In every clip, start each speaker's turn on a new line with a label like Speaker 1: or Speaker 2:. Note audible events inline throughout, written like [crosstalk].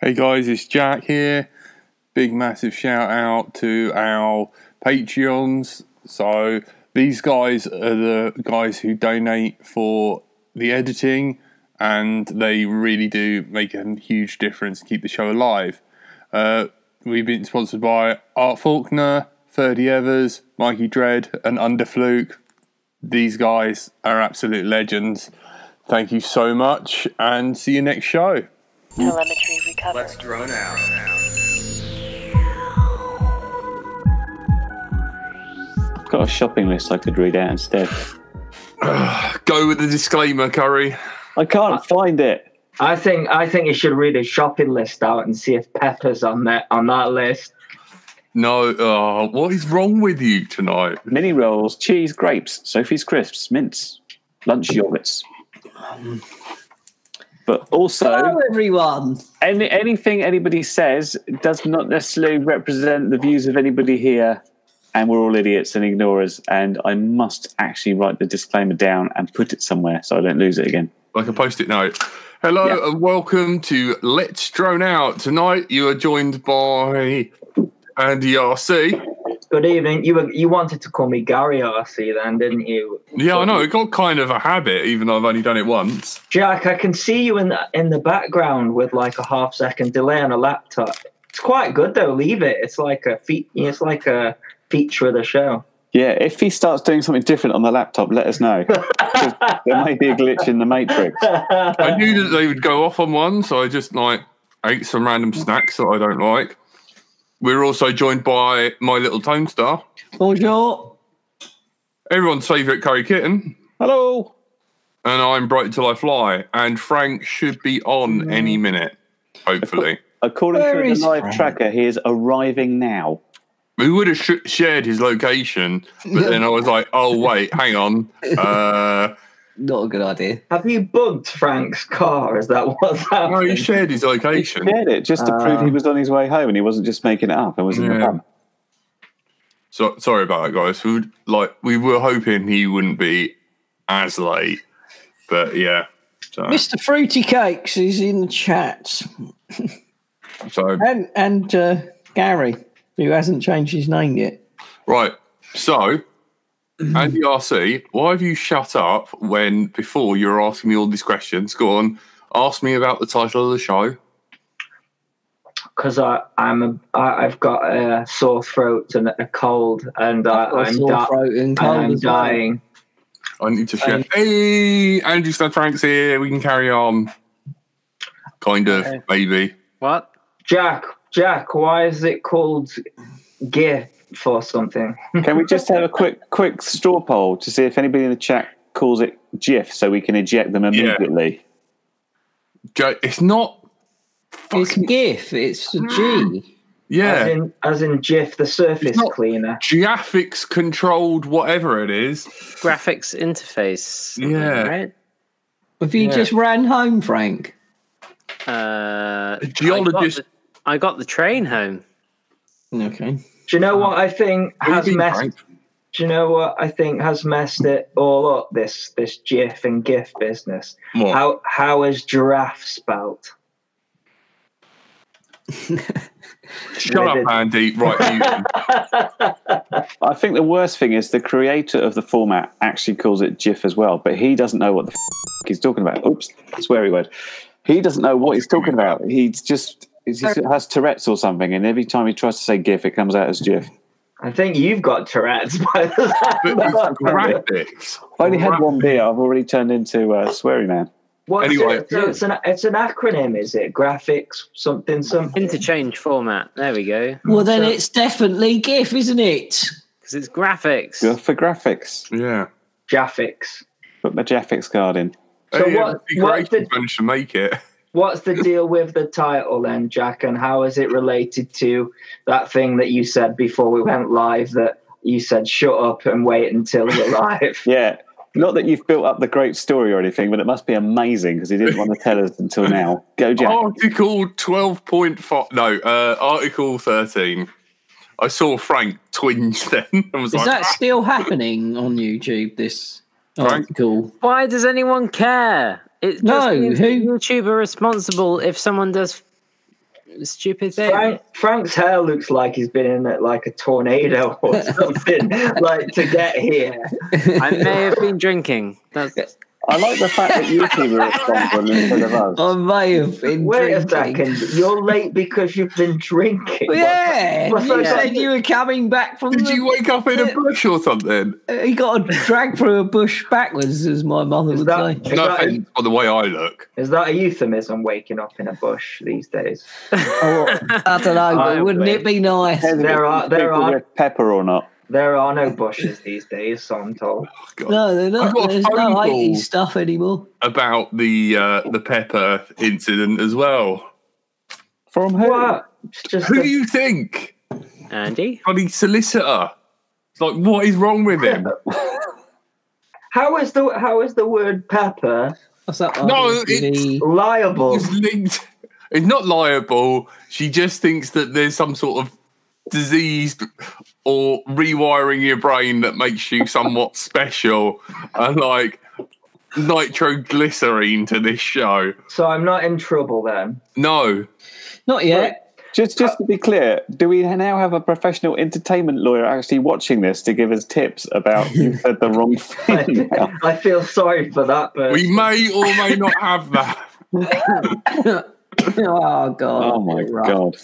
Speaker 1: Hey guys, it's Jack here. Big massive shout out to our Patreons. So these guys are the guys who donate for the editing and they really do make a huge difference to keep the show alive. Uh, we've been sponsored by Art Faulkner, 30 Evers, Mikey Dredd, and Underfluke. These guys are absolute legends. Thank you so much and see you next show.
Speaker 2: Telemetry recovered.
Speaker 3: Let's drone out.
Speaker 4: I've got a shopping list I could read out instead.
Speaker 1: Go with the disclaimer, Curry.
Speaker 4: I can't find it.
Speaker 5: I think I think you should read a shopping list out and see if Pepper's on that on that list.
Speaker 1: No, oh, what is wrong with you tonight?
Speaker 4: Mini rolls, cheese, grapes, Sophie's crisps, mints, lunch yogurts. But also,
Speaker 6: Hello, everyone.
Speaker 4: any, anything anybody says does not necessarily represent the views of anybody here, and we're all idiots and ignorers. And I must actually write the disclaimer down and put it somewhere so I don't lose it again.
Speaker 1: Like a post it note. Hello
Speaker 4: Yeah.
Speaker 1: and welcome to Let's Drone Out. Tonight you are joined by Andy RC.
Speaker 5: Good evening. You were you wanted to call me Gary RC then, didn't you?
Speaker 1: Yeah, I know, it got kind of a habit, even though I've only done it once.
Speaker 5: Jack, I can see you in the in the background with like a half second delay on a laptop. It's quite good though. Leave it. It's like a feat. It's like a feature of the show.
Speaker 4: Yeah, if he starts doing something different on the laptop, let us know. [laughs] 'Cause there may be a glitch in the matrix.
Speaker 1: I knew that they would go off on one, so I just like ate some random snacks that I don't like. We're also joined by my little tone star,
Speaker 6: Bonjour.
Speaker 1: everyone's favourite curry kitten.
Speaker 4: Hello.
Speaker 1: and I'm Bright Till I Fly. And Frank should be on any minute, hopefully.
Speaker 4: According
Speaker 6: Where
Speaker 4: to
Speaker 6: is
Speaker 4: the live
Speaker 6: Frank?
Speaker 4: tracker, he is arriving now.
Speaker 1: We would have sh- shared his location, but then I was like, oh, wait, hang on. Uh,
Speaker 6: Not a good idea.
Speaker 5: Have you bugged Frank's car? Is that what's
Speaker 1: no,
Speaker 5: happening?
Speaker 1: he shared his
Speaker 4: He
Speaker 1: location.
Speaker 4: shared it just to prove
Speaker 5: Ah.
Speaker 4: he
Speaker 6: Uh,
Speaker 4: was on his way home and he wasn't just making it up. It was in the
Speaker 1: Yeah.
Speaker 4: pub.
Speaker 1: So sorry about that, guys. We would, like we were hoping he wouldn't be as late, but yeah. So,
Speaker 6: Mr. Fruity Cakes is in the chat,
Speaker 1: so
Speaker 6: and and uh, Gary, who hasn't changed his name yet.
Speaker 1: right. So Andy RC, why have you shut up when before you were asking me all these questions? Go on, ask me about the title of the show.
Speaker 5: because I I'm a, I, I've got a sore throat and a cold, and I,
Speaker 6: Got a
Speaker 5: I'm
Speaker 6: sore
Speaker 5: di-
Speaker 6: throat and
Speaker 5: and
Speaker 6: cold
Speaker 5: I'm
Speaker 6: as well.
Speaker 5: dying.
Speaker 1: I need to share. hey, Andrew Stan Frank's here. We can carry on. Kind of, maybe.
Speaker 7: What?
Speaker 5: Jack, Jack, why is it called GIF for something?
Speaker 4: Can we just have a quick quick straw poll to see if anybody in the chat calls it GIF so we can eject them immediately?
Speaker 1: Jo- It's not.
Speaker 6: It's
Speaker 1: fucking-
Speaker 6: GIF. It's a
Speaker 1: [gasps]
Speaker 6: G.
Speaker 5: As
Speaker 1: yeah.
Speaker 5: in, as in GIF, the surface
Speaker 1: not-
Speaker 5: cleaner.
Speaker 1: Graphics controlled, whatever it is.
Speaker 7: Graphics interface.
Speaker 1: Yeah.
Speaker 7: Right?
Speaker 6: If you
Speaker 1: Yeah.
Speaker 6: just ran home, Frank.
Speaker 7: Uh,
Speaker 1: A geologist.
Speaker 7: I got, the, I got the train home.
Speaker 6: Okay.
Speaker 5: Do you know what I think
Speaker 1: What do you
Speaker 5: has
Speaker 1: think,
Speaker 5: messed?
Speaker 1: Frank?
Speaker 5: Do you know what I think has messed it all up? This this GIF and GIF business.
Speaker 1: What?
Speaker 5: How how is giraffe spelt?
Speaker 1: Shut up,
Speaker 5: Livid.
Speaker 1: Andy.
Speaker 5: [laughs]
Speaker 1: Right. You,
Speaker 4: I think the worst thing is the creator of the format actually calls it GIF as well, but he doesn't know what the f- he's talking about. Oops, sweary word. He doesn't know what he's talking about. He's just. He just has Tourette's or something, and every time he tries to say GIF, it comes out as GIF.
Speaker 5: I think you've got Tourette's by the
Speaker 1: but
Speaker 5: sound of
Speaker 1: it's
Speaker 5: it.
Speaker 1: graphics.
Speaker 4: I only had one beer. I've already turned into uh, sweary man.
Speaker 5: What's
Speaker 1: Anyway.
Speaker 5: it? So it's an it's an acronym, is it? Graphics something something.
Speaker 7: Interchange format. There we go.
Speaker 6: Well, then it's definitely GIF, isn't it?
Speaker 7: Because it's graphics.
Speaker 4: You're for graphics.
Speaker 1: Yeah.
Speaker 5: Graphics.
Speaker 4: Put my graphics card in.
Speaker 5: So
Speaker 1: hey,
Speaker 5: what-
Speaker 1: it'd be
Speaker 5: what
Speaker 1: great if
Speaker 5: did-
Speaker 1: you managed to make it.
Speaker 5: What's the deal with the title then, Jack? And how is it related to that thing that you said before we went live? That you said shut up and wait until we're [laughs] live.
Speaker 4: Yeah. Not that you've built up the great story or anything, but it must be amazing because he didn't want to tell us until now. Go, Jack.
Speaker 1: Oh. Article 12.5. No, uh, Article 13. I saw Frank twinge then. [laughs] I was
Speaker 6: Is
Speaker 1: like,
Speaker 6: that
Speaker 1: "Ah."
Speaker 6: still happening on YouTube? This
Speaker 1: Frank?
Speaker 6: article.
Speaker 7: Why does anyone care? It just
Speaker 6: No,
Speaker 7: means
Speaker 6: who-
Speaker 7: that YouTube are responsible if someone does stupid thing.
Speaker 5: Frank, Frank's hair looks like he's been in it like a tornado [laughs] or something, like to get here.
Speaker 7: I may have been drinking. That's,
Speaker 6: [laughs]
Speaker 4: I like the fact that you two were at Bonbon instead of us.
Speaker 6: I may have been
Speaker 5: Wait a
Speaker 6: drinking.
Speaker 5: second, you're late because you've been drinking.
Speaker 6: [laughs] Yeah,
Speaker 5: What's
Speaker 6: you
Speaker 5: that
Speaker 6: said
Speaker 5: got-
Speaker 6: you were coming back from.
Speaker 1: Did
Speaker 6: the-
Speaker 1: you wake up in a bush or something?
Speaker 6: He got dragged through a bush backwards, as my mother
Speaker 5: Is
Speaker 6: would
Speaker 5: that, is,
Speaker 1: [laughs]
Speaker 6: say.
Speaker 1: No
Speaker 5: that a,
Speaker 1: offense by the way I look. oh
Speaker 5: is that a euphemism? Waking up in a bush these days.
Speaker 6: I don't know,
Speaker 5: I
Speaker 6: but wouldn't it be nice?
Speaker 5: There are- there
Speaker 4: People
Speaker 5: are-
Speaker 4: with pepper or not.
Speaker 5: There are no bushes these days, so I'm told.
Speaker 6: No, they're
Speaker 1: I've
Speaker 6: not.
Speaker 1: got a
Speaker 6: There's
Speaker 1: phone
Speaker 6: no
Speaker 1: call.
Speaker 6: 80s stuff anymore.
Speaker 1: About the uh, the pepper incident as well.
Speaker 4: From who?
Speaker 5: What? It's just
Speaker 1: Who
Speaker 5: a-
Speaker 1: do you think?
Speaker 7: Andy.
Speaker 1: Bloody solicitor. It's like, what is wrong with him?
Speaker 5: how is the how is the word pepper
Speaker 6: What's that?
Speaker 1: No,
Speaker 6: IMDb?
Speaker 5: liable?
Speaker 1: It's linked. It's not liable. She just thinks that there's some sort of disease or rewiring your brain that makes you somewhat special and like nitroglycerine to this show.
Speaker 5: So I'm not in trouble then.
Speaker 4: [laughs]
Speaker 1: No,
Speaker 6: not yet. [laughs]
Speaker 4: Just, just to be clear, do we now have a professional entertainment lawyer actually watching this to give us tips about you said the wrong thing?
Speaker 5: I, I feel sorry for that, but
Speaker 1: we may or may not have that.
Speaker 6: oh god!
Speaker 4: oh my
Speaker 6: Right.
Speaker 4: god!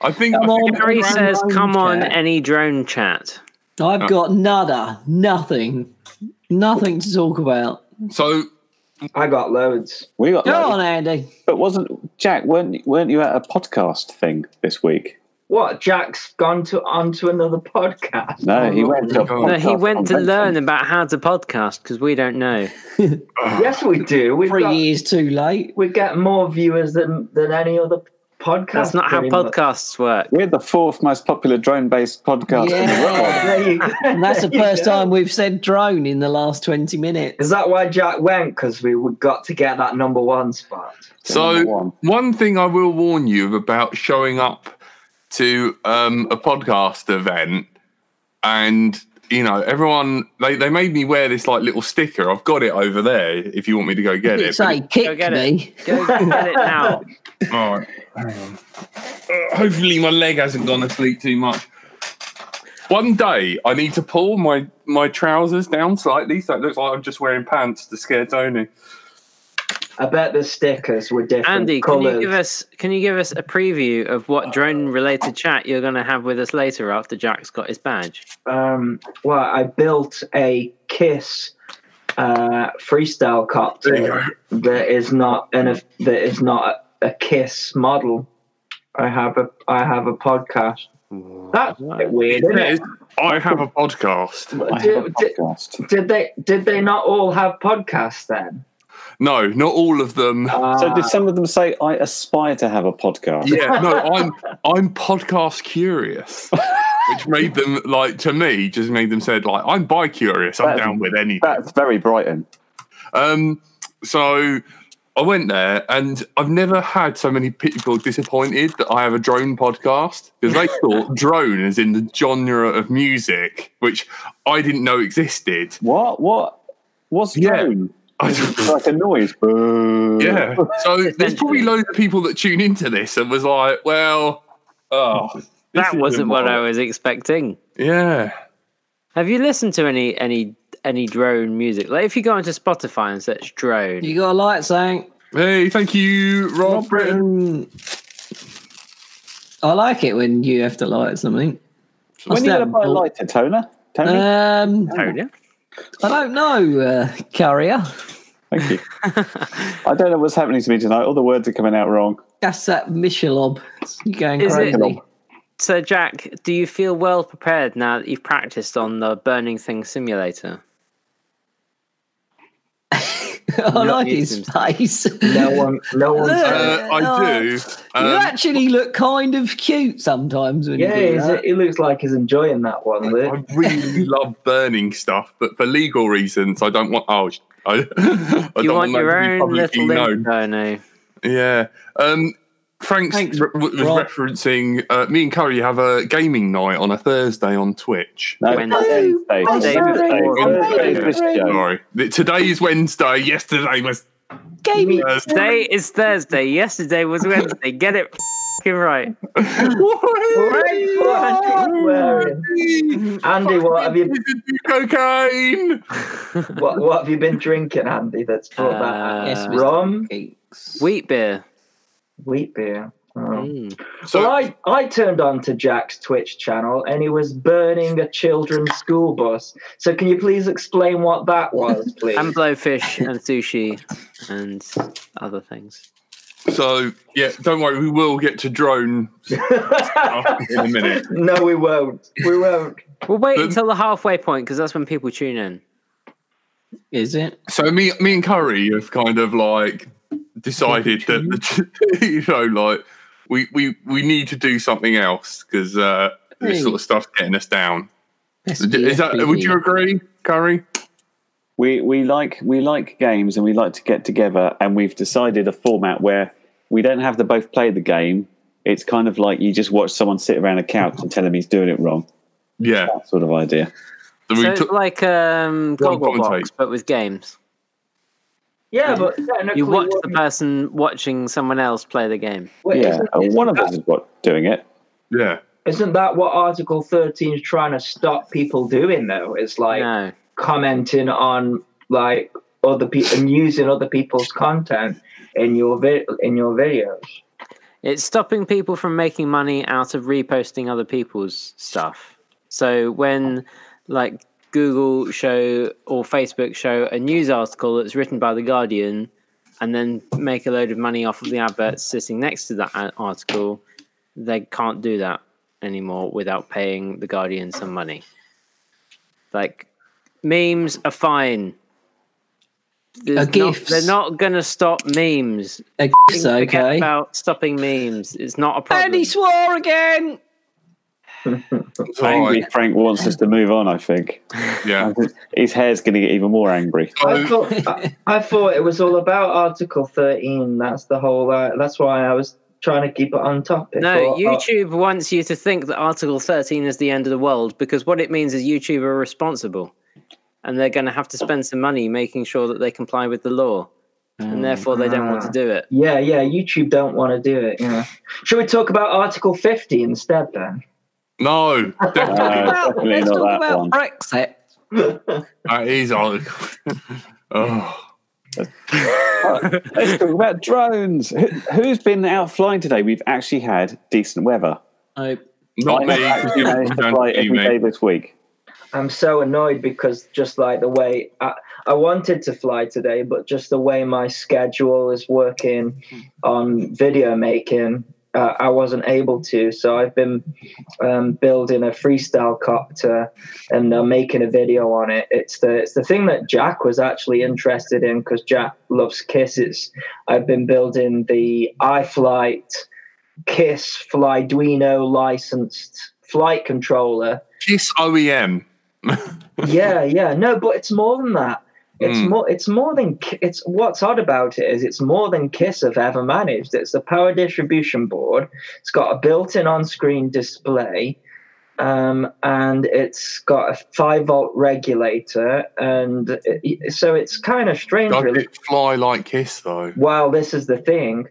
Speaker 1: I think.
Speaker 6: Come
Speaker 1: I think
Speaker 6: on,
Speaker 1: every
Speaker 7: Harry
Speaker 1: round-
Speaker 7: says,
Speaker 6: drone
Speaker 7: "Come on,
Speaker 6: chat."
Speaker 7: any drone chat."
Speaker 6: I've got nada, nothing, nothing to talk about.
Speaker 1: so
Speaker 5: I got loads.
Speaker 4: We got.
Speaker 6: Go
Speaker 4: loads.
Speaker 6: on, Andy.
Speaker 4: But wasn't Jack? weren't weren't you at a podcast thing this week?
Speaker 5: What? Jack's gone to onto another podcast.
Speaker 4: No, he went to. a
Speaker 1: No,
Speaker 7: No, he
Speaker 4: podcast
Speaker 7: went to
Speaker 4: convention.
Speaker 7: learn about how to podcast because we don't know.
Speaker 5: Yes, we do. We've
Speaker 6: Three
Speaker 5: got,
Speaker 6: years too late.
Speaker 5: we get more viewers than than any other podcast.
Speaker 7: That's not how
Speaker 5: pretty much.
Speaker 7: podcasts work.
Speaker 4: We're the fourth most popular drone-based podcast in the world.
Speaker 6: Yeah.
Speaker 5: [laughs] There you go. [laughs]
Speaker 6: And that's the
Speaker 5: There you
Speaker 6: first
Speaker 5: go.
Speaker 6: time we've said drone in the last 20 minutes.
Speaker 5: Is that why Jack went? Because we we got to get that number one spot.
Speaker 1: So
Speaker 4: Number one.
Speaker 1: one thing I will warn you about showing up to um, a podcast event, and you know everyone they, they made me wear this like little sticker. I've got it over there. If you want me to go get it,
Speaker 6: It's a
Speaker 7: Go
Speaker 6: kick
Speaker 7: get it.
Speaker 6: me.
Speaker 7: Go get
Speaker 6: [laughs]
Speaker 7: it now.
Speaker 1: But- all right, hang on. Uh, hopefully my leg hasn't gone to sleep too much. One day I need to pull my my trousers down slightly so it looks like I'm just wearing pants to scare Tony.
Speaker 5: I bet the stickers were different
Speaker 7: Andy, can
Speaker 5: colors.
Speaker 7: you give us can you give us a preview
Speaker 1: Uh,
Speaker 7: of what drone related chat you're going to have with us later after Jack's got his badge?
Speaker 5: um, well, I built a Kiss uh, freestyle copter that is not an that is not a Kiss model. I have a I have a podcast. That's a bit weird. Isn't it?
Speaker 1: I have a podcast.
Speaker 4: I have a
Speaker 5: Did, did,
Speaker 4: podcast.
Speaker 5: did they did they not all have podcasts then? Uh,
Speaker 1: No, not all of
Speaker 7: [laughs]
Speaker 1: them.
Speaker 4: So did some of them say, "I aspire to have a podcast"?
Speaker 1: Yeah, no, I'm I'm podcast curious, which made them like to me just made them said like I'm bi curious. I'm
Speaker 4: That's-
Speaker 1: down with anything.
Speaker 4: That's very Brighton.
Speaker 1: Um, so I went there, and I've never had so many people disappointed that I have a drone podcast because they
Speaker 7: [laughs]
Speaker 1: thought drone is in the genre of music, which I didn't know existed.
Speaker 4: What? What? What's
Speaker 1: Yeah.
Speaker 4: drone?
Speaker 1: I
Speaker 4: It's like a noise.
Speaker 7: Mm.
Speaker 4: Boo.
Speaker 1: Yeah.
Speaker 7: [laughs]
Speaker 1: So there's probably loads of people that tune into this and was like, well, oh, this
Speaker 7: That
Speaker 1: isn't
Speaker 7: wasn't what I was expecting.
Speaker 1: Yeah.
Speaker 7: Have you listened to any any any drone music? Like if you go onto Spotify and search drone,
Speaker 6: You got a light saying,
Speaker 1: Hey, thank you, Rob, Britton.
Speaker 6: Britain. Um, I like it when you have to light something.
Speaker 4: When are you going to buy
Speaker 6: What's
Speaker 4: a
Speaker 6: that?
Speaker 4: lighter, Toner? Tony?
Speaker 7: Uh.
Speaker 6: Um,
Speaker 7: Tony,
Speaker 6: I don't know, uh, carrier.
Speaker 4: Thank you. I don't know what's happening to me tonight. All the words are coming out wrong.
Speaker 6: That's that Michelob. You're going
Speaker 7: Is it-
Speaker 6: crazy.
Speaker 7: [laughs] So Jack, do you feel well prepared now that you've practiced on the Burning Thing simulator?
Speaker 6: [laughs] I
Speaker 7: Not
Speaker 6: like his
Speaker 7: used
Speaker 6: face.
Speaker 5: no uh,
Speaker 6: [laughs]
Speaker 5: one, no one.
Speaker 6: Look.
Speaker 1: Uh, I do.
Speaker 7: Oh,
Speaker 6: you
Speaker 1: Um,
Speaker 6: actually look kind of cute sometimes when
Speaker 5: Yeah,
Speaker 6: you do
Speaker 5: he's,
Speaker 6: that.
Speaker 5: he looks like he's enjoying that one.
Speaker 6: [laughs]
Speaker 5: Luke.
Speaker 1: I
Speaker 7: [laughs]
Speaker 1: really love burning stuff, but for legal reasons, I don't want. Oh, sh- I, [laughs] I
Speaker 7: You
Speaker 1: don't
Speaker 7: want
Speaker 1: that to
Speaker 7: your
Speaker 1: be
Speaker 7: own little
Speaker 1: publicly known.
Speaker 7: No, no.
Speaker 1: Yeah. Um, Frank's
Speaker 6: Thanks,
Speaker 1: re- w- was
Speaker 6: Rob.
Speaker 1: referencing uh, me and Curry have a gaming night on a Thursday on Twitch.
Speaker 4: No,
Speaker 7: Wednesday.
Speaker 6: Oh,
Speaker 4: Wednesday.
Speaker 7: Wednesday.
Speaker 4: Wednesday. Wednesday.
Speaker 1: Sorry, Th- today is Wednesday. Yesterday was [laughs]
Speaker 6: Gaming.
Speaker 7: Today is Thursday. Yesterday was Wednesday. Get it [laughs] f***ing right.
Speaker 5: Andy, what have you
Speaker 1: Cocaine.
Speaker 5: what, what have you been drinking, Andy? That's brought
Speaker 7: Uh,
Speaker 5: that
Speaker 6: Yes, Mr.
Speaker 5: rum,
Speaker 6: Cakes.
Speaker 7: Wheat beer.
Speaker 5: wheat beer. Oh.
Speaker 7: Mm.
Speaker 1: So
Speaker 5: well, I, I turned on to Jack's Twitch channel and he was burning a children's school bus. So can you please explain what that was,
Speaker 4: [laughs]
Speaker 5: please?
Speaker 7: And blowfish and sushi and other things.
Speaker 1: So yeah, don't worry, we will get to drone in a
Speaker 5: [laughs]
Speaker 1: minute.
Speaker 5: [laughs] no, we won't. We won't.
Speaker 7: We'll wait
Speaker 1: Then-
Speaker 7: until the halfway point because that's when people tune in.
Speaker 6: Is it?
Speaker 1: So me, me and Curry have kind of like decided that the, [laughs] you know, like we we we need to do something else because uh, this
Speaker 6: Hey.
Speaker 1: sort of stuff's getting us down. Is that?
Speaker 6: SBFBD.
Speaker 1: Would you agree, Curry?
Speaker 4: We we like we like games and we like to get together and we've decided a format where we don't have to both play the game. It's kind of like you just watch someone sit around a couch and tell him he's doing it wrong.
Speaker 1: Yeah.
Speaker 4: That sort of idea.
Speaker 1: So we
Speaker 7: So it's
Speaker 1: took-
Speaker 7: like um,
Speaker 1: One
Speaker 7: Gogglebox,
Speaker 1: commentate.
Speaker 7: but with games.
Speaker 5: Yeah, but technically,
Speaker 7: You watch the
Speaker 5: wouldn't-
Speaker 7: person watching someone else play the game.
Speaker 5: wait,
Speaker 4: yeah,
Speaker 5: isn't-
Speaker 4: and
Speaker 5: isn't
Speaker 4: one of
Speaker 5: that-
Speaker 4: us is what doing it.
Speaker 1: yeah.
Speaker 5: Isn't that what Article 13 is trying to stop people doing, though? It's like
Speaker 7: no.
Speaker 5: commenting on like other people and using other people's content in your vi- in your videos.
Speaker 7: It's stopping people from making money out of reposting other people's stuff. So when like Google show or Facebook show a news article that's written by the Guardian and then make a load of money off of the adverts sitting next to that a- article, they can't do that anymore without paying the Guardian some money. Like memes are fine. There's not-
Speaker 6: gifs.
Speaker 7: they're not going to stop memes
Speaker 6: A
Speaker 7: thing
Speaker 6: gif's
Speaker 7: to forget
Speaker 6: okay.
Speaker 7: about stopping memes. It's not a problem.
Speaker 6: And he swore again.
Speaker 1: So
Speaker 4: Angry Frank wants us to move on. I think [laughs]
Speaker 1: I- yeah.
Speaker 4: his hair's going to get even more angry.
Speaker 5: I
Speaker 1: So,
Speaker 5: thought I, I thought it was all about Article 13. That's the whole. Uh, that's why I was trying to keep it on topic. oh,
Speaker 7: no,
Speaker 5: Or- or-
Speaker 7: YouTube wants you to think that Article 13 is the end of the world because what it means is YouTube are responsible and they're going to have to spend some money making sure that they comply with the law and therefore they don't want to do it.
Speaker 5: yeah, yeah. YouTube don't want to do it. Yeah. Should we talk about Article 50 instead then?
Speaker 1: no,
Speaker 6: Let's
Speaker 1: definitely
Speaker 6: talk
Speaker 4: Uh,
Speaker 6: about,
Speaker 4: definitely
Speaker 6: let's
Speaker 4: not
Speaker 6: talk
Speaker 4: that
Speaker 6: about
Speaker 4: one.
Speaker 6: Brexit.
Speaker 1: that is article. [laughs] oh.
Speaker 4: Let's talk about drones. Who, who's been out flying today? We've actually had decent weather.
Speaker 6: Oh,
Speaker 1: Not me.
Speaker 4: I have actually managed to
Speaker 1: [laughs] Don't
Speaker 4: fly
Speaker 1: be
Speaker 4: every
Speaker 1: me.
Speaker 4: day this week.
Speaker 5: I'm so annoyed because just like the way I, I wanted to fly today, but just the way my schedule is working on video making, uh, I wasn't able to. So I've been um, building a freestyle copter and uh, making a video on it. It's the it's the thing that Jack was actually interested in because Jack loves kisses. I've been building the iFlight Kiss Flyduino licensed flight controller
Speaker 1: Kiss E OEM.
Speaker 5: yeah yeah no but it's more than that it's
Speaker 1: Mm.
Speaker 5: more it's more than K- it's what's odd about it is it's more than kiss have ever managed it's the power distribution board it's got a built-in on-screen display um, and it's got a five volt regulator and it, so it's kind of strange
Speaker 1: Does
Speaker 5: really
Speaker 1: it fly like Kiss though?
Speaker 5: well, this is the thing.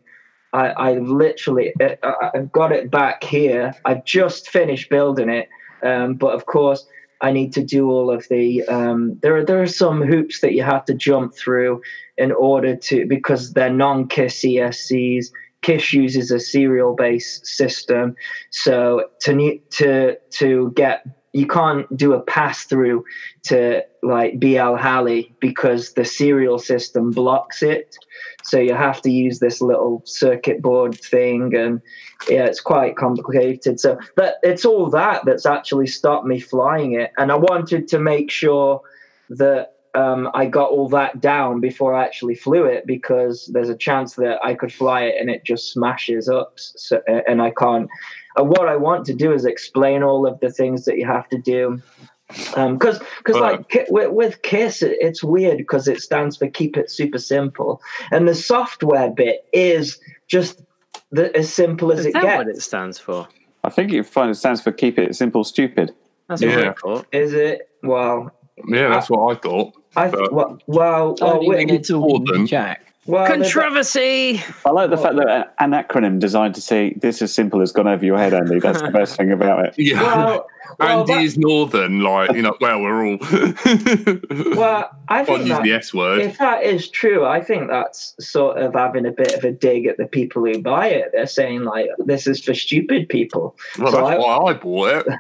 Speaker 5: I, I literally, I, I- I've got it back here. I've just finished building it, um, but of course, I need to do all of the. Um, there are there are some hoops that you have to jump through in order to because they're non-KISS ESCs. KISS uses a serial-based system, so to ne- to to get you can't do a pass through to like BL Halley because the serial system blocks it. So you have to use this little circuit board thing, and yeah, it's quite complicated. So that it's all that that's actually stopped me flying it, and I wanted to make sure that um, I got all that down before I actually flew it because there's a chance that I could fly it and it just smashes up, so, and I can't. And what I want to do is explain all of the things that you have to do. Because, because
Speaker 1: Uh.
Speaker 5: like ki- with, with Kiss, it, it's weird because it stands for Keep It Super Simple, and the software bit is just the, as simple as
Speaker 7: Is
Speaker 5: it
Speaker 7: that
Speaker 5: gets.
Speaker 7: what it stands for?
Speaker 4: I think you find it stands for keep it simple, stupid.
Speaker 7: That's what
Speaker 1: Yeah.
Speaker 7: I thought.
Speaker 5: Is it? Well,
Speaker 1: Yeah, that's what I thought.
Speaker 5: I
Speaker 1: But-
Speaker 5: well, well, Oh,
Speaker 6: I
Speaker 5: well
Speaker 7: Oh,
Speaker 6: don't even
Speaker 5: wait,
Speaker 6: get to
Speaker 1: Boredom.
Speaker 6: Jack.
Speaker 5: Well, they've-
Speaker 7: Controversy.
Speaker 4: I like the fact that an acronym designed to say this is simple has gone over your head, Andy. That's the best thing about it.
Speaker 1: Yeah. [laughs]
Speaker 5: Well, well,
Speaker 1: Andy is northern, like you know. Well, we're all.
Speaker 5: [laughs] well, I
Speaker 1: [laughs] Can't
Speaker 5: think
Speaker 1: use
Speaker 5: that,
Speaker 1: the S word.
Speaker 5: if that is true, I think that's sort of having a bit of a dig at the people who buy it. They're saying like, "This is for stupid people.
Speaker 1: Well,
Speaker 5: so I-
Speaker 1: that's why I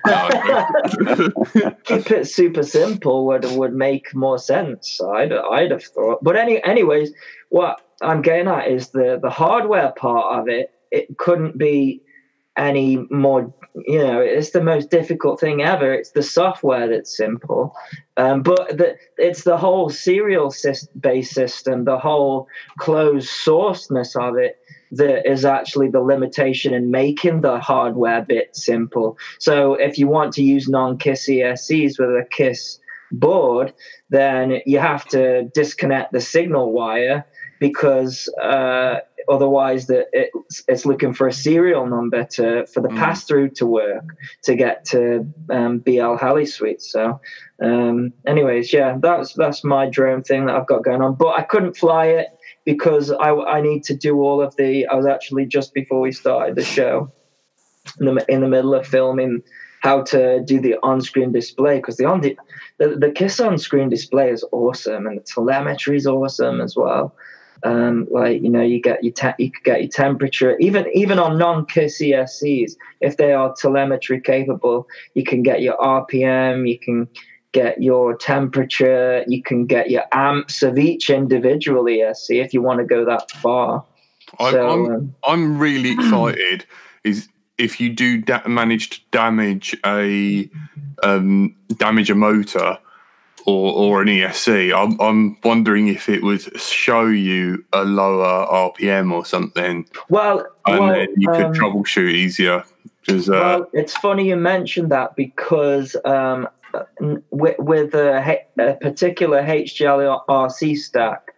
Speaker 5: [laughs]
Speaker 1: bought it.
Speaker 5: Keep it super simple would would make more sense." I'd I'd have thought. But any anyways, what I'm getting at is the the hardware part of it. It couldn't be any more. You know, it's the most difficult thing ever. It's the software that's simple, um, but the, it's the whole serial sys- based system, the whole closed sourceness of it that is actually the limitation in making the hardware bit simple. So if you want to use non-KISS ESCs with a KISS board, then you have to disconnect the signal wire because uh, otherwise the, it's, it's looking for a serial number to for the
Speaker 1: Mm.
Speaker 5: pass through to work to get to um, BL Heli Suite. So um, anyways, yeah, that's that's my drone thing that I've got going on. But I couldn't fly it because I, I need to do all of the. I was actually just before we started the show, in the, in the middle of filming how to do the on-screen display because the on the, the the kiss on-screen display is awesome and the telemetry is awesome as well. Um, like you know, you get your te- you could get your temperature even even on non-kiss ESCs if they are telemetry capable. You can get your RPM. You can get your temperature, you can get your amps of each individual ESC if you want to go that far.
Speaker 1: I,
Speaker 5: so,
Speaker 1: [laughs] I'm
Speaker 5: um,
Speaker 1: I'm really
Speaker 5: [clears throat]
Speaker 1: excited. Is if you do da- manage to damage a um, damage a motor or or an ESC, I'm I'm wondering if it would show you a lower RPM or something,
Speaker 5: well,
Speaker 1: and
Speaker 5: well,
Speaker 1: then you could
Speaker 5: um,
Speaker 1: troubleshoot easier. Because uh,
Speaker 5: well, it's funny you mentioned that because um, n- with, with a, H- a particular HGLRC stack,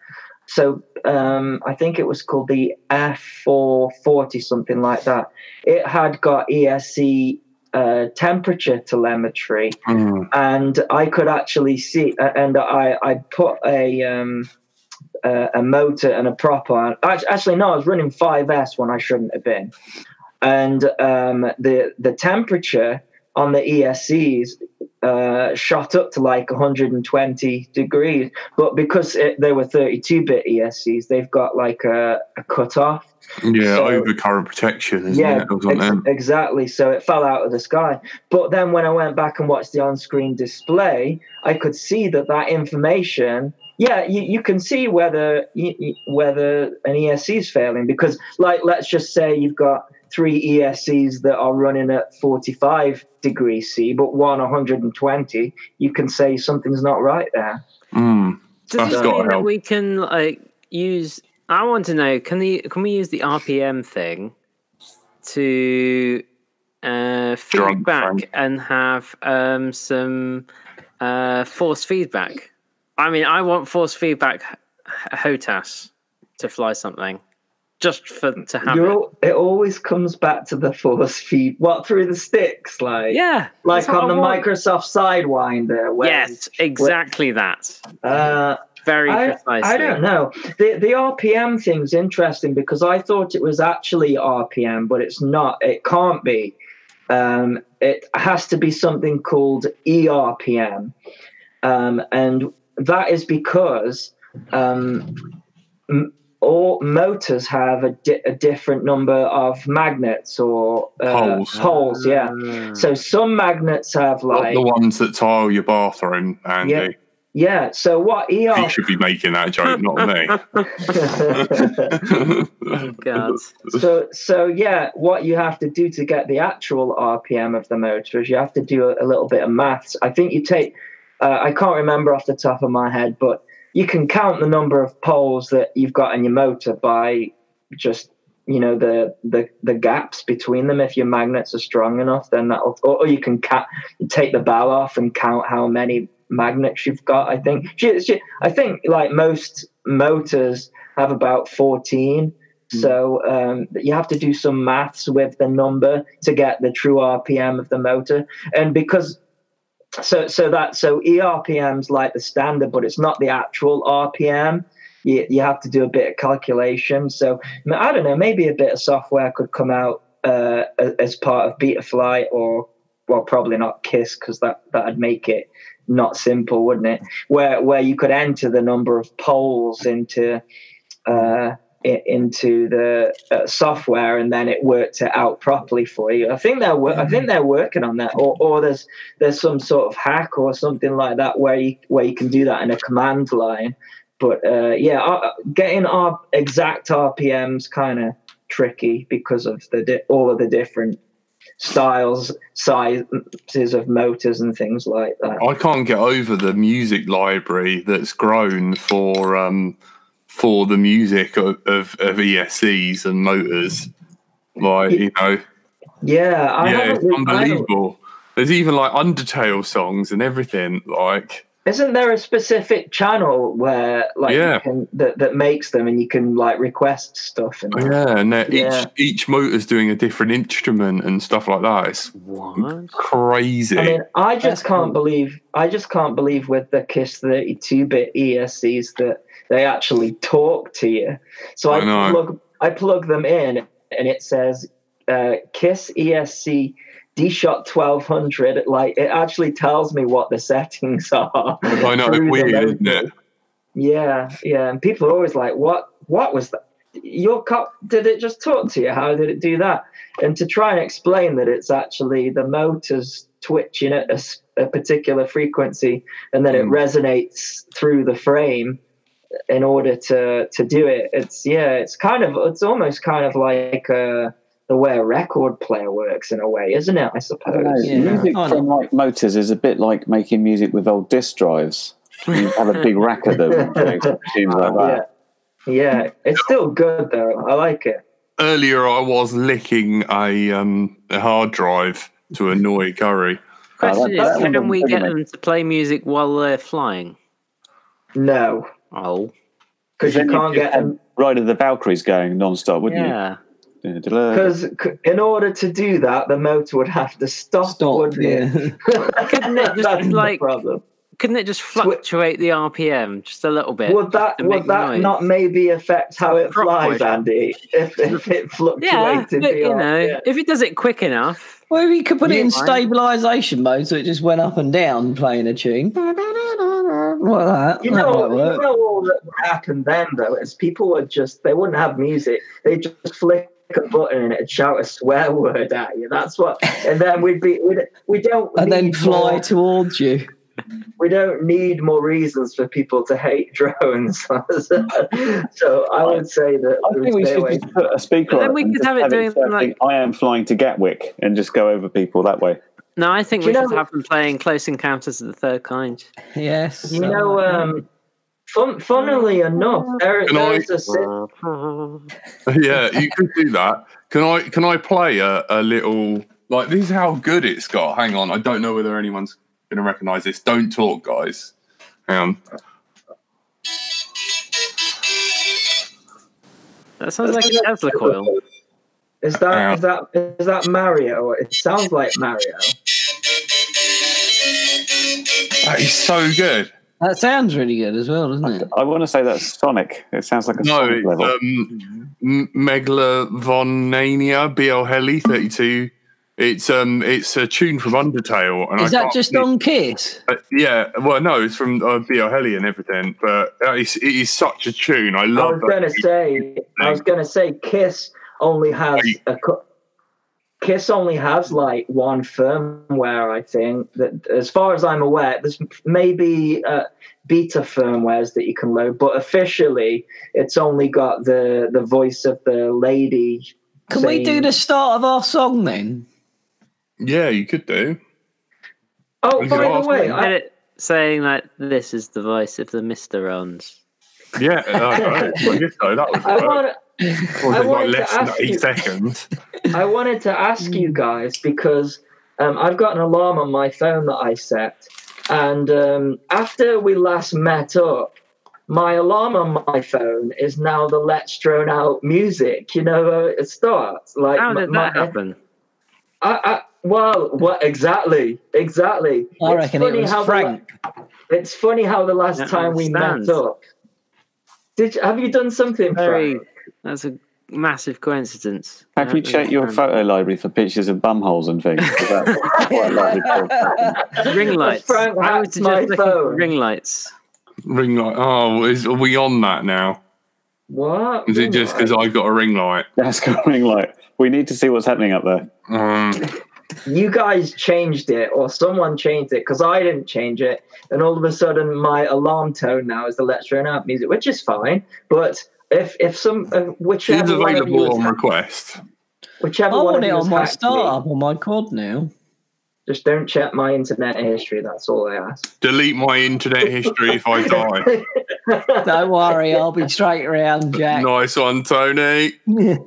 Speaker 5: so um, I think it was called the F440, something like that. It had got ESC uh, temperature telemetry,
Speaker 1: mm,
Speaker 5: and I could actually see, uh, and I, I put a um, uh, a motor and a prop on. Act- Actually, no, I was running 5S when I shouldn't have been, and um, the the temperature on the ESCs uh, shot up to like 120 degrees, but because it, they were 32-bit ESCs, they've got like a, a cutoff
Speaker 1: yeah,
Speaker 5: so-
Speaker 1: overcurrent protection, isn't it? Or something.
Speaker 5: ex- exactly. So it fell out of the sky. But then when I went back and watched the on-screen display, I could see that that information. Yeah, you, you can see whether y- y- whether an ESC is failing because, like, let's just say you've got three ESCs that are running at 45 degrees C, but one 120. You can say something's not right there.
Speaker 1: Mm.
Speaker 7: Does
Speaker 1: That's
Speaker 7: this
Speaker 1: gotta
Speaker 7: mean that
Speaker 1: help.
Speaker 7: we can like use? I want to know. Can the can we use the RPM thing to uh, feed
Speaker 1: Drunk
Speaker 7: back
Speaker 1: Frank.
Speaker 7: and have um, some uh, force feedback? I mean, I want force feedback h- HOTAS to fly something just for to have
Speaker 5: You're
Speaker 7: it.
Speaker 5: all, it always comes back to the force feed. What through the sticks, like
Speaker 7: yeah,
Speaker 5: like
Speaker 7: that's what
Speaker 5: on
Speaker 7: I
Speaker 5: the
Speaker 7: want.
Speaker 5: Microsoft Sidewinder. Where,
Speaker 7: Yes, exactly that.
Speaker 5: Uh,
Speaker 7: Very
Speaker 5: I,
Speaker 7: precisely.
Speaker 5: I don't know. The the RPM thing's interesting because I thought it was actually RPM, but it's not. It can't be. Um, it has to be something called E ERPM, um, and that is because um, m- all motors have a, di- a different number of magnets or uh,
Speaker 1: Poles.
Speaker 5: Poles, yeah. So some magnets have
Speaker 1: Not
Speaker 5: like
Speaker 1: the ones that tile your bathroom, Andy.
Speaker 5: Yeah. yeah. So what
Speaker 1: You
Speaker 5: ER?
Speaker 1: [laughs]
Speaker 5: [laughs]
Speaker 1: should be making that joke, not me. [laughs]
Speaker 7: Oh, God.
Speaker 5: so so yeah, what you have to do to get the actual RPM of the motor is you have to do a, a little bit of maths. I think you take. Uh, I can't remember off the top of my head, but you can count the number of poles that you've got in your motor by just you know the the the gaps between them if your magnets are strong enough then that'll or, or you can ca- take the ball off and count how many magnets you've got i think She- she- i think like most motors have about 14 so um, you have to do some maths with the number to get the true rpm of the motor and because E so so that so erpm's like the standard but it's not the actual rpm you, you have to do a bit of calculation. So I mean, I don't know, maybe a bit of software could come out uh, a- as part of Betaflight or, well, probably not KISS because that, that'd make it not simple, wouldn't it? Where, where you could enter the number of polls into, uh, i- into the uh, software and then it worked it out properly for you. I think they're wor- I think they're working on that, or, or there's there's some sort of hack or something like that where you where you can do that in a command line. But uh, yeah, uh, getting our exact RPMs kind of tricky because of the di- all of the different styles, sizes of motors and things like that.
Speaker 1: I can't get over the music library that's grown for um, for the music of, of, of ESCs and motors. Like you know,
Speaker 5: Yeah, I
Speaker 1: yeah,
Speaker 5: haven't
Speaker 1: it's
Speaker 5: re- I haven't-
Speaker 1: unbelievable. There's even like Undertale songs and everything. Like
Speaker 5: Isn't there a specific channel where like you
Speaker 1: Yeah.
Speaker 5: can, that that makes them and you can like request stuff and that?
Speaker 1: Oh, yeah, and they're
Speaker 5: Yeah.
Speaker 1: each each motor's doing a different instrument and stuff like that. It's
Speaker 7: What?
Speaker 1: crazy.
Speaker 5: I mean, I
Speaker 6: That's
Speaker 5: just can't
Speaker 6: cool.
Speaker 5: believe I just can't believe with the KISS 32-bit ESCs that they actually talk to you. So
Speaker 1: I
Speaker 5: I,
Speaker 1: know.
Speaker 5: plug I plug them in and it says uh, KISS ESC D shot 1200 like it actually tells me what the settings [laughs] are.
Speaker 1: I know it's
Speaker 5: through the
Speaker 1: weird,
Speaker 5: logo.
Speaker 1: isn't it?
Speaker 5: Yeah, yeah. And people are always like, "What? What was that? Your cop? Did it just talk to you? How did it do that?" And to try and explain that it's actually the motors twitching at a, s- a particular frequency, and then it
Speaker 1: Mm.
Speaker 5: resonates through the frame in order to to do it. It's yeah, it's kind of it's almost kind of like uh, the way a record player works in a way, isn't it? [laughs] I
Speaker 4: I don't know.
Speaker 5: suppose.
Speaker 6: Yeah.
Speaker 4: Music
Speaker 6: Oh,
Speaker 4: from like motors is a bit like making music with old disk drives. You have a big rack of them, and doing
Speaker 5: [laughs]
Speaker 4: tunes like
Speaker 5: Oh, Yeah,
Speaker 4: that.
Speaker 5: yeah. It's still good though. I like it.
Speaker 1: Earlier, I was licking a um a hard drive to annoy Curry. [laughs]
Speaker 7: Question
Speaker 4: that-
Speaker 7: is,
Speaker 4: that
Speaker 7: can
Speaker 4: one
Speaker 7: we
Speaker 4: doesn't
Speaker 7: get
Speaker 4: make-
Speaker 7: them to play music while they're flying?
Speaker 5: No,
Speaker 7: Oh,
Speaker 5: because you
Speaker 4: Then
Speaker 5: can't
Speaker 4: you'd
Speaker 5: get
Speaker 4: have
Speaker 5: them.
Speaker 4: Ride of the Valkyries going non-stop, wouldn't
Speaker 7: yeah.
Speaker 4: you? Da-da-da.
Speaker 5: Because in order to do that, the motor would have to stop,
Speaker 6: Stop.
Speaker 5: wouldn't
Speaker 6: Yeah.
Speaker 5: it?
Speaker 7: Couldn't
Speaker 5: [laughs]
Speaker 7: it just,
Speaker 5: That's
Speaker 7: like,
Speaker 5: the problem.
Speaker 7: Couldn't it just fluctuate the RPM just a little bit?
Speaker 5: Would that
Speaker 7: to
Speaker 5: would
Speaker 7: make
Speaker 5: that
Speaker 7: noise?
Speaker 5: not maybe affect how it
Speaker 7: Clockwise.
Speaker 5: flies, Andy?
Speaker 7: [laughs]
Speaker 5: If, if it
Speaker 7: Yeah,
Speaker 5: fluctuated,
Speaker 7: but, you
Speaker 5: beyond-
Speaker 7: know,
Speaker 5: yeah.
Speaker 7: if it does it quick enough,
Speaker 6: [laughs] Well, you could put it
Speaker 7: Yeah,
Speaker 6: in
Speaker 7: right.
Speaker 6: stabilization mode, so it just went up and down playing a tune. Like that.
Speaker 5: You
Speaker 6: that
Speaker 5: know,
Speaker 6: might work.
Speaker 5: you know all that would happen then though is people would just they wouldn't have music. They'd just flick a button and it'd shout a swear word at you. That's what and then we'd be we'd, we don't
Speaker 6: and then
Speaker 5: need
Speaker 6: fly
Speaker 5: more-
Speaker 6: towards you.
Speaker 5: we don't need more reasons for people to hate [laughs] drones. so I would say that
Speaker 4: I think we
Speaker 5: stay
Speaker 4: should
Speaker 5: away.
Speaker 4: just put a speaker
Speaker 7: But then
Speaker 4: on
Speaker 7: we
Speaker 4: and
Speaker 7: could
Speaker 4: just
Speaker 7: have it doing
Speaker 4: say,
Speaker 7: like-
Speaker 4: I am flying to Gatwick and just go over people that way.
Speaker 7: no, I think
Speaker 5: Do
Speaker 7: we
Speaker 5: you
Speaker 7: should
Speaker 5: know-
Speaker 7: have them playing Close Encounters of the Third Kind.
Speaker 6: Yes.
Speaker 5: you know, um, fun, funnily enough, there,
Speaker 1: Can I-
Speaker 5: there's a si-
Speaker 1: yeah, you could do that. Can I can I play a, a little like this is how good it's got. Hang on, I don't know whether anyone's gonna recognise this. Don't talk, guys. Hang on.
Speaker 7: [laughs] That sounds like a Tesla coil.
Speaker 5: is that is that is that Mario? It sounds like Mario.
Speaker 1: That is so good.
Speaker 6: That sounds really good as well, doesn't it?
Speaker 4: I want to say that's Sonic. It sounds like a
Speaker 1: No,
Speaker 4: Sonic
Speaker 1: it's
Speaker 4: level.
Speaker 1: um M- Megalovania BL Heli 32. It's um it's a tune from Undertale and
Speaker 6: Is
Speaker 1: I
Speaker 6: that
Speaker 1: can't
Speaker 6: just
Speaker 1: think-
Speaker 6: on Kiss?
Speaker 1: Uh, yeah, well, no, it's from uh, BL Heli and everything, but uh, it's, it is such a tune. I
Speaker 5: I
Speaker 1: love
Speaker 5: was gonna say, I was gonna say, Kiss only has
Speaker 1: Wait.
Speaker 5: a. cou- Kiss only has like one firmware, I think. That, as far as I'm aware, there's maybe uh, beta firmwares that you can load, but officially, it's only got the the voice of the lady.
Speaker 6: Can we
Speaker 5: saying-
Speaker 6: do the start of our song then?
Speaker 1: Yeah, you could do.
Speaker 5: Oh,
Speaker 1: We could
Speaker 5: by
Speaker 1: ask
Speaker 5: the way,
Speaker 7: Get
Speaker 5: I,
Speaker 7: it saying that this is the voice of the Mister Ons.
Speaker 1: Yeah, I, I guess so. That would
Speaker 5: [laughs] I
Speaker 1: work.
Speaker 5: want
Speaker 1: Was
Speaker 5: I
Speaker 1: it like
Speaker 5: wanted to
Speaker 1: less than
Speaker 5: ask
Speaker 1: eight
Speaker 5: you-
Speaker 1: seconds?
Speaker 5: I wanted to ask you guys because um, I've got an alarm on my phone that I set, and um, after we last met up, my alarm on my phone is now the Let's Drone Out music. You know, uh, it starts like
Speaker 7: How
Speaker 5: my-
Speaker 7: did
Speaker 5: my-
Speaker 7: that happen?
Speaker 5: I, I, well, what exactly? Exactly.
Speaker 6: I
Speaker 5: It's
Speaker 6: reckon it
Speaker 5: funny
Speaker 6: was
Speaker 5: how the la-
Speaker 6: Frank.
Speaker 5: it's funny how the last
Speaker 7: Don't
Speaker 5: time we met
Speaker 7: understand.
Speaker 5: up, Did you, have you done something?
Speaker 7: Very.
Speaker 5: Very.
Speaker 7: That's a massive coincidence.
Speaker 4: Have you
Speaker 7: That
Speaker 4: checked
Speaker 7: was,
Speaker 4: your
Speaker 7: um,
Speaker 4: photo library for pictures of bumholes and things? 'Cause
Speaker 5: [laughs]
Speaker 4: that's quite likely to-
Speaker 7: Ring lights.
Speaker 5: Frank
Speaker 7: I would
Speaker 5: hacked my
Speaker 7: suggest looking for
Speaker 5: phone.
Speaker 7: ring lights.
Speaker 1: Ring light. Oh, is, are we on that now?
Speaker 5: What?
Speaker 1: Is it just because I got a ring light?
Speaker 4: That's going like we need to see what's happening up there. [laughs]
Speaker 1: Um,
Speaker 5: you guys changed it or someone changed it because I didn't change it. And all of a sudden, my alarm tone now is the Let's Run Out music, which is fine. But if if some
Speaker 1: it
Speaker 5: uh,
Speaker 1: is
Speaker 5: whichever one of you
Speaker 1: available
Speaker 5: has
Speaker 1: on
Speaker 5: hacked-
Speaker 1: request.
Speaker 6: I
Speaker 5: whichever one
Speaker 6: want
Speaker 5: of
Speaker 6: it
Speaker 5: you has
Speaker 6: on my
Speaker 5: hacked me,
Speaker 6: startup on my quad now.
Speaker 5: just don't check my internet history. That's all I ask.
Speaker 1: Delete my internet history if I die.
Speaker 5: [laughs]
Speaker 6: Don't worry, I'll be straight around, Jack.
Speaker 1: Nice one, Tony.
Speaker 6: [laughs]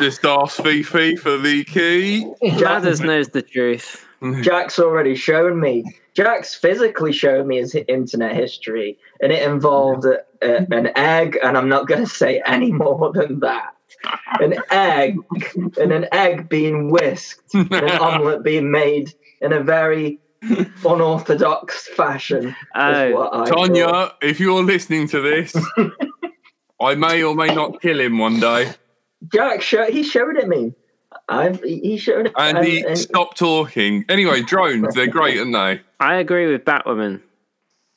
Speaker 1: Just ask Fifi for the key.
Speaker 7: Ladders knows the truth.
Speaker 5: Jack's already shown me. Jack's physically shown me his internet history, and it involved a, a, an egg, and I'm not going to say any [laughs] more than that. An egg, and an egg being whisked, and
Speaker 1: [laughs]
Speaker 5: an omelette being made in a very unorthodox fashion. Is
Speaker 7: Oh,
Speaker 5: what I thought.
Speaker 1: Tonya, if you're listening to
Speaker 4: [laughs]
Speaker 1: this, I may or may not kill him one day.
Speaker 5: Jack, show, he showed it me. I've, he showed it
Speaker 1: And he
Speaker 4: Uh,
Speaker 5: and-
Speaker 1: stopped talking. Anyway, drones, they're great, aren't they?
Speaker 7: I agree with Batwoman.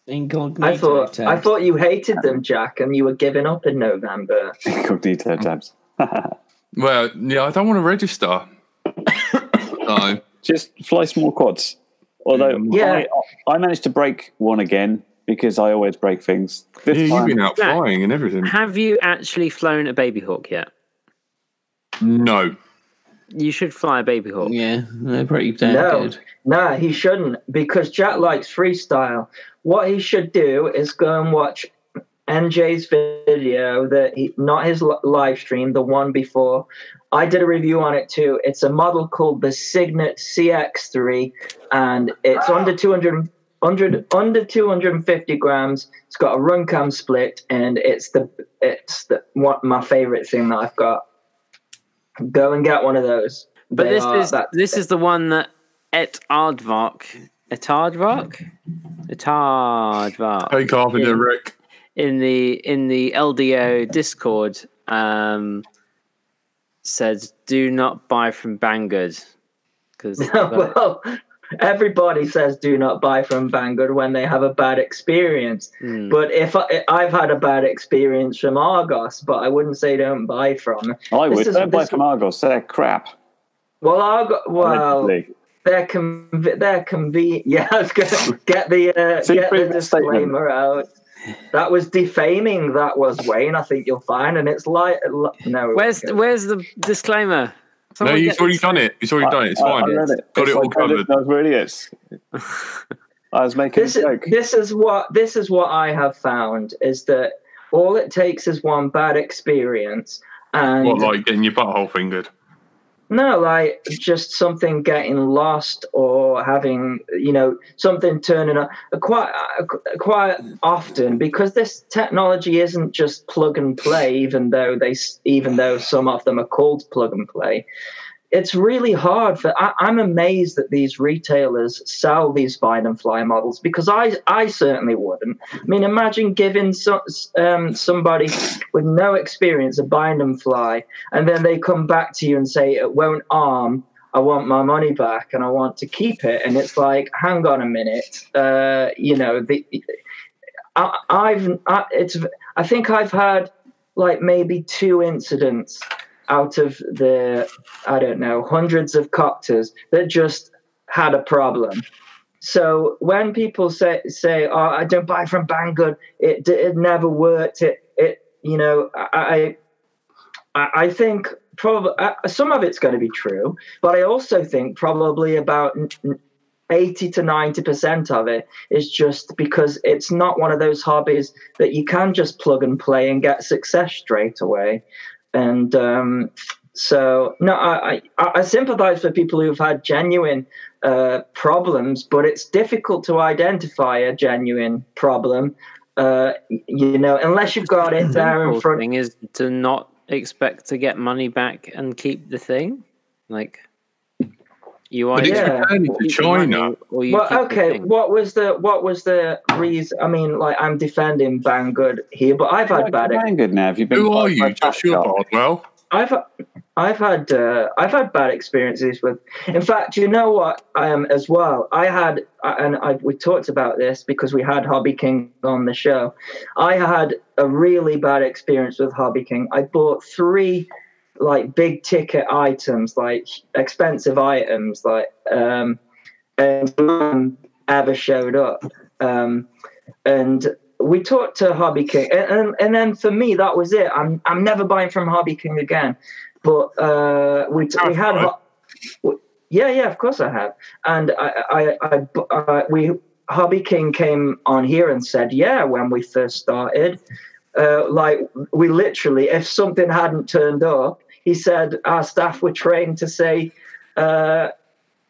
Speaker 6: Incognito
Speaker 5: I thought I
Speaker 6: tabs.
Speaker 5: thought you hated them, Jack, and you were giving up in November.
Speaker 4: Incognito tabs.
Speaker 1: Well, yeah, I don't want to register. [coughs] no.
Speaker 4: Just fly small quads. Although
Speaker 1: Mm.
Speaker 5: Yeah.
Speaker 4: I, I managed to break one again because I always break things. This
Speaker 1: Yeah, you've
Speaker 4: time,
Speaker 1: been out
Speaker 7: Jack.
Speaker 1: flying and everything.
Speaker 7: Have you actually flown a baby hawk yet?
Speaker 1: No.
Speaker 7: You should fly a baby hawk.
Speaker 6: Yeah, they're pretty damn
Speaker 5: No.
Speaker 6: good.
Speaker 5: Nah, he shouldn't because Jack likes freestyle. What he should do is go and watch NJ's video that he, not his li- live stream, the one before. I did a review on it too. It's a model called the Signet CX3, and it's under 200, 100 under 250 grams. It's got a run cam split, and it's the it's the what my favorite thing that I've got. Go and get one of those.
Speaker 7: But
Speaker 5: They
Speaker 7: this
Speaker 5: are-
Speaker 7: is
Speaker 5: that-
Speaker 7: this is the one that Et Aardvark, Et Aardvark, Et Aardvark
Speaker 1: Hey, Carpenter,
Speaker 7: Yeah.
Speaker 1: Rick.
Speaker 7: in the in the LDO Discord um, said, "Do not buy from Banggood."
Speaker 5: [laughs]
Speaker 7: Because
Speaker 5: well, everybody says do not buy from Banggood when they have a bad experience.
Speaker 7: Hmm.
Speaker 5: But if I, I've had a bad experience from Argos, but I wouldn't say don't buy from.
Speaker 4: I
Speaker 5: This
Speaker 4: would
Speaker 5: is-
Speaker 4: don't buy
Speaker 5: this-
Speaker 4: from Argos. They're crap.
Speaker 5: Well, Argos, well,
Speaker 4: allegedly.
Speaker 5: they're conv- they're convenient. [laughs] Yeah, I was gonna get the uh,
Speaker 4: See,
Speaker 5: get the
Speaker 4: previous statement.
Speaker 5: disclaimer out. That was defaming. That was Wayne. I think you'll find, and it's like li- no.
Speaker 7: where's where's the disclaimer?
Speaker 1: No,
Speaker 7: Someone
Speaker 1: you've
Speaker 7: get
Speaker 1: already
Speaker 7: this-
Speaker 1: done it. It's already done it. It's
Speaker 4: I-
Speaker 1: fine.
Speaker 4: I read it.
Speaker 1: Got
Speaker 4: It's
Speaker 1: it all
Speaker 4: like I
Speaker 1: covered.
Speaker 4: didn't know we were idiots. I was making
Speaker 5: this
Speaker 4: a joke.
Speaker 5: is this is what this is what I have found is that all it takes is one bad experience and
Speaker 1: What, like getting your butthole fingered?
Speaker 5: no like just something getting lost or having you know something turning up Uh, quite quite often because this technology isn't just plug and play even though they s- even though some of them are called plug and play it's really hard for I, i'm amazed that these retailers sell these vine and fly models because i i certainly wouldn't i mean imagine giving so, um, somebody with no experience a bind and fly and then they come back to you and say it won't arm i want my money back and i want to keep it and it's like hang on a minute uh, you know the I, i've I, it's i think i've had like maybe two incidents out of the I don't know, hundreds of copters that just had a problem. So when people say say, "Oh, I don't buy from Banggood," it d- it never worked. It it you know, I I, I think probably some of it's going to be true, but I also think probably about. n- n- 80 to 90% of it is just because it's not one of those hobbies that you can just plug and play and get success straight away. And um, so no, I I, I sympathise for people who've had genuine uh, problems, but it's difficult to identify a genuine problem. Uh, y- you know, unless you've got it there in
Speaker 7: simple
Speaker 5: front.
Speaker 7: thing is to not expect to get money back and keep the thing. Like You
Speaker 1: But
Speaker 7: either
Speaker 1: it's
Speaker 5: Yeah.
Speaker 1: returning to
Speaker 7: keep the
Speaker 1: China.
Speaker 7: money or you keep
Speaker 5: well,
Speaker 7: the
Speaker 5: okay.
Speaker 7: [laughs] thing.
Speaker 5: What was the what was the reason? I mean, like I'm defending Banggood here, but I've had bad.
Speaker 4: Hang good now. Have you been?
Speaker 1: Who are
Speaker 4: fired
Speaker 1: you,
Speaker 4: by a
Speaker 1: Joshua
Speaker 4: laptop?
Speaker 1: Bardwell?
Speaker 5: I've I've had uh, I've had bad experiences with. In fact, you know what? Um, as well, I had, and I, we talked about this because we had Hobby King on the show. I had a really bad experience with Hobby King. I bought three like big ticket items, like expensive items, like um, and none ever showed up. Um, and we talked to Hobby King, and, and, and then for me that was it. I'm I'm never buying from Hobby King again. But uh, we t- we had,
Speaker 1: Alright.
Speaker 5: Ho- w- yeah, yeah, of course I have. And I I, I, bu- uh, we Hobby King came on here and said, yeah, when we first started, uh, like we literally, if something hadn't turned up, he said our staff were trained to say, uh,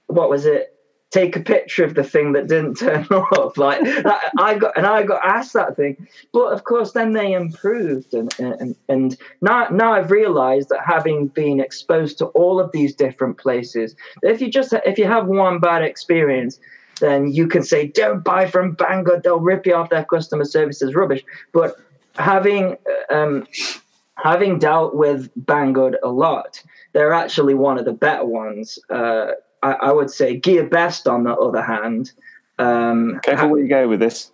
Speaker 5: what was it? take a picture of the thing that didn't turn [laughs] up. Like that, I got and I got asked that thing, but of course then they improved and and and now now I've realised that having been exposed to all of these different places, that if you just if you have one bad experience. Then you can say, "Don't buy from Bangor; they'll rip you off. Their customer service is rubbish." But having um, having dealt with Banggood a lot, they're actually one of the better ones. Uh, I, I would say Gear Best, on the other hand, um,
Speaker 4: Careful where you go with this.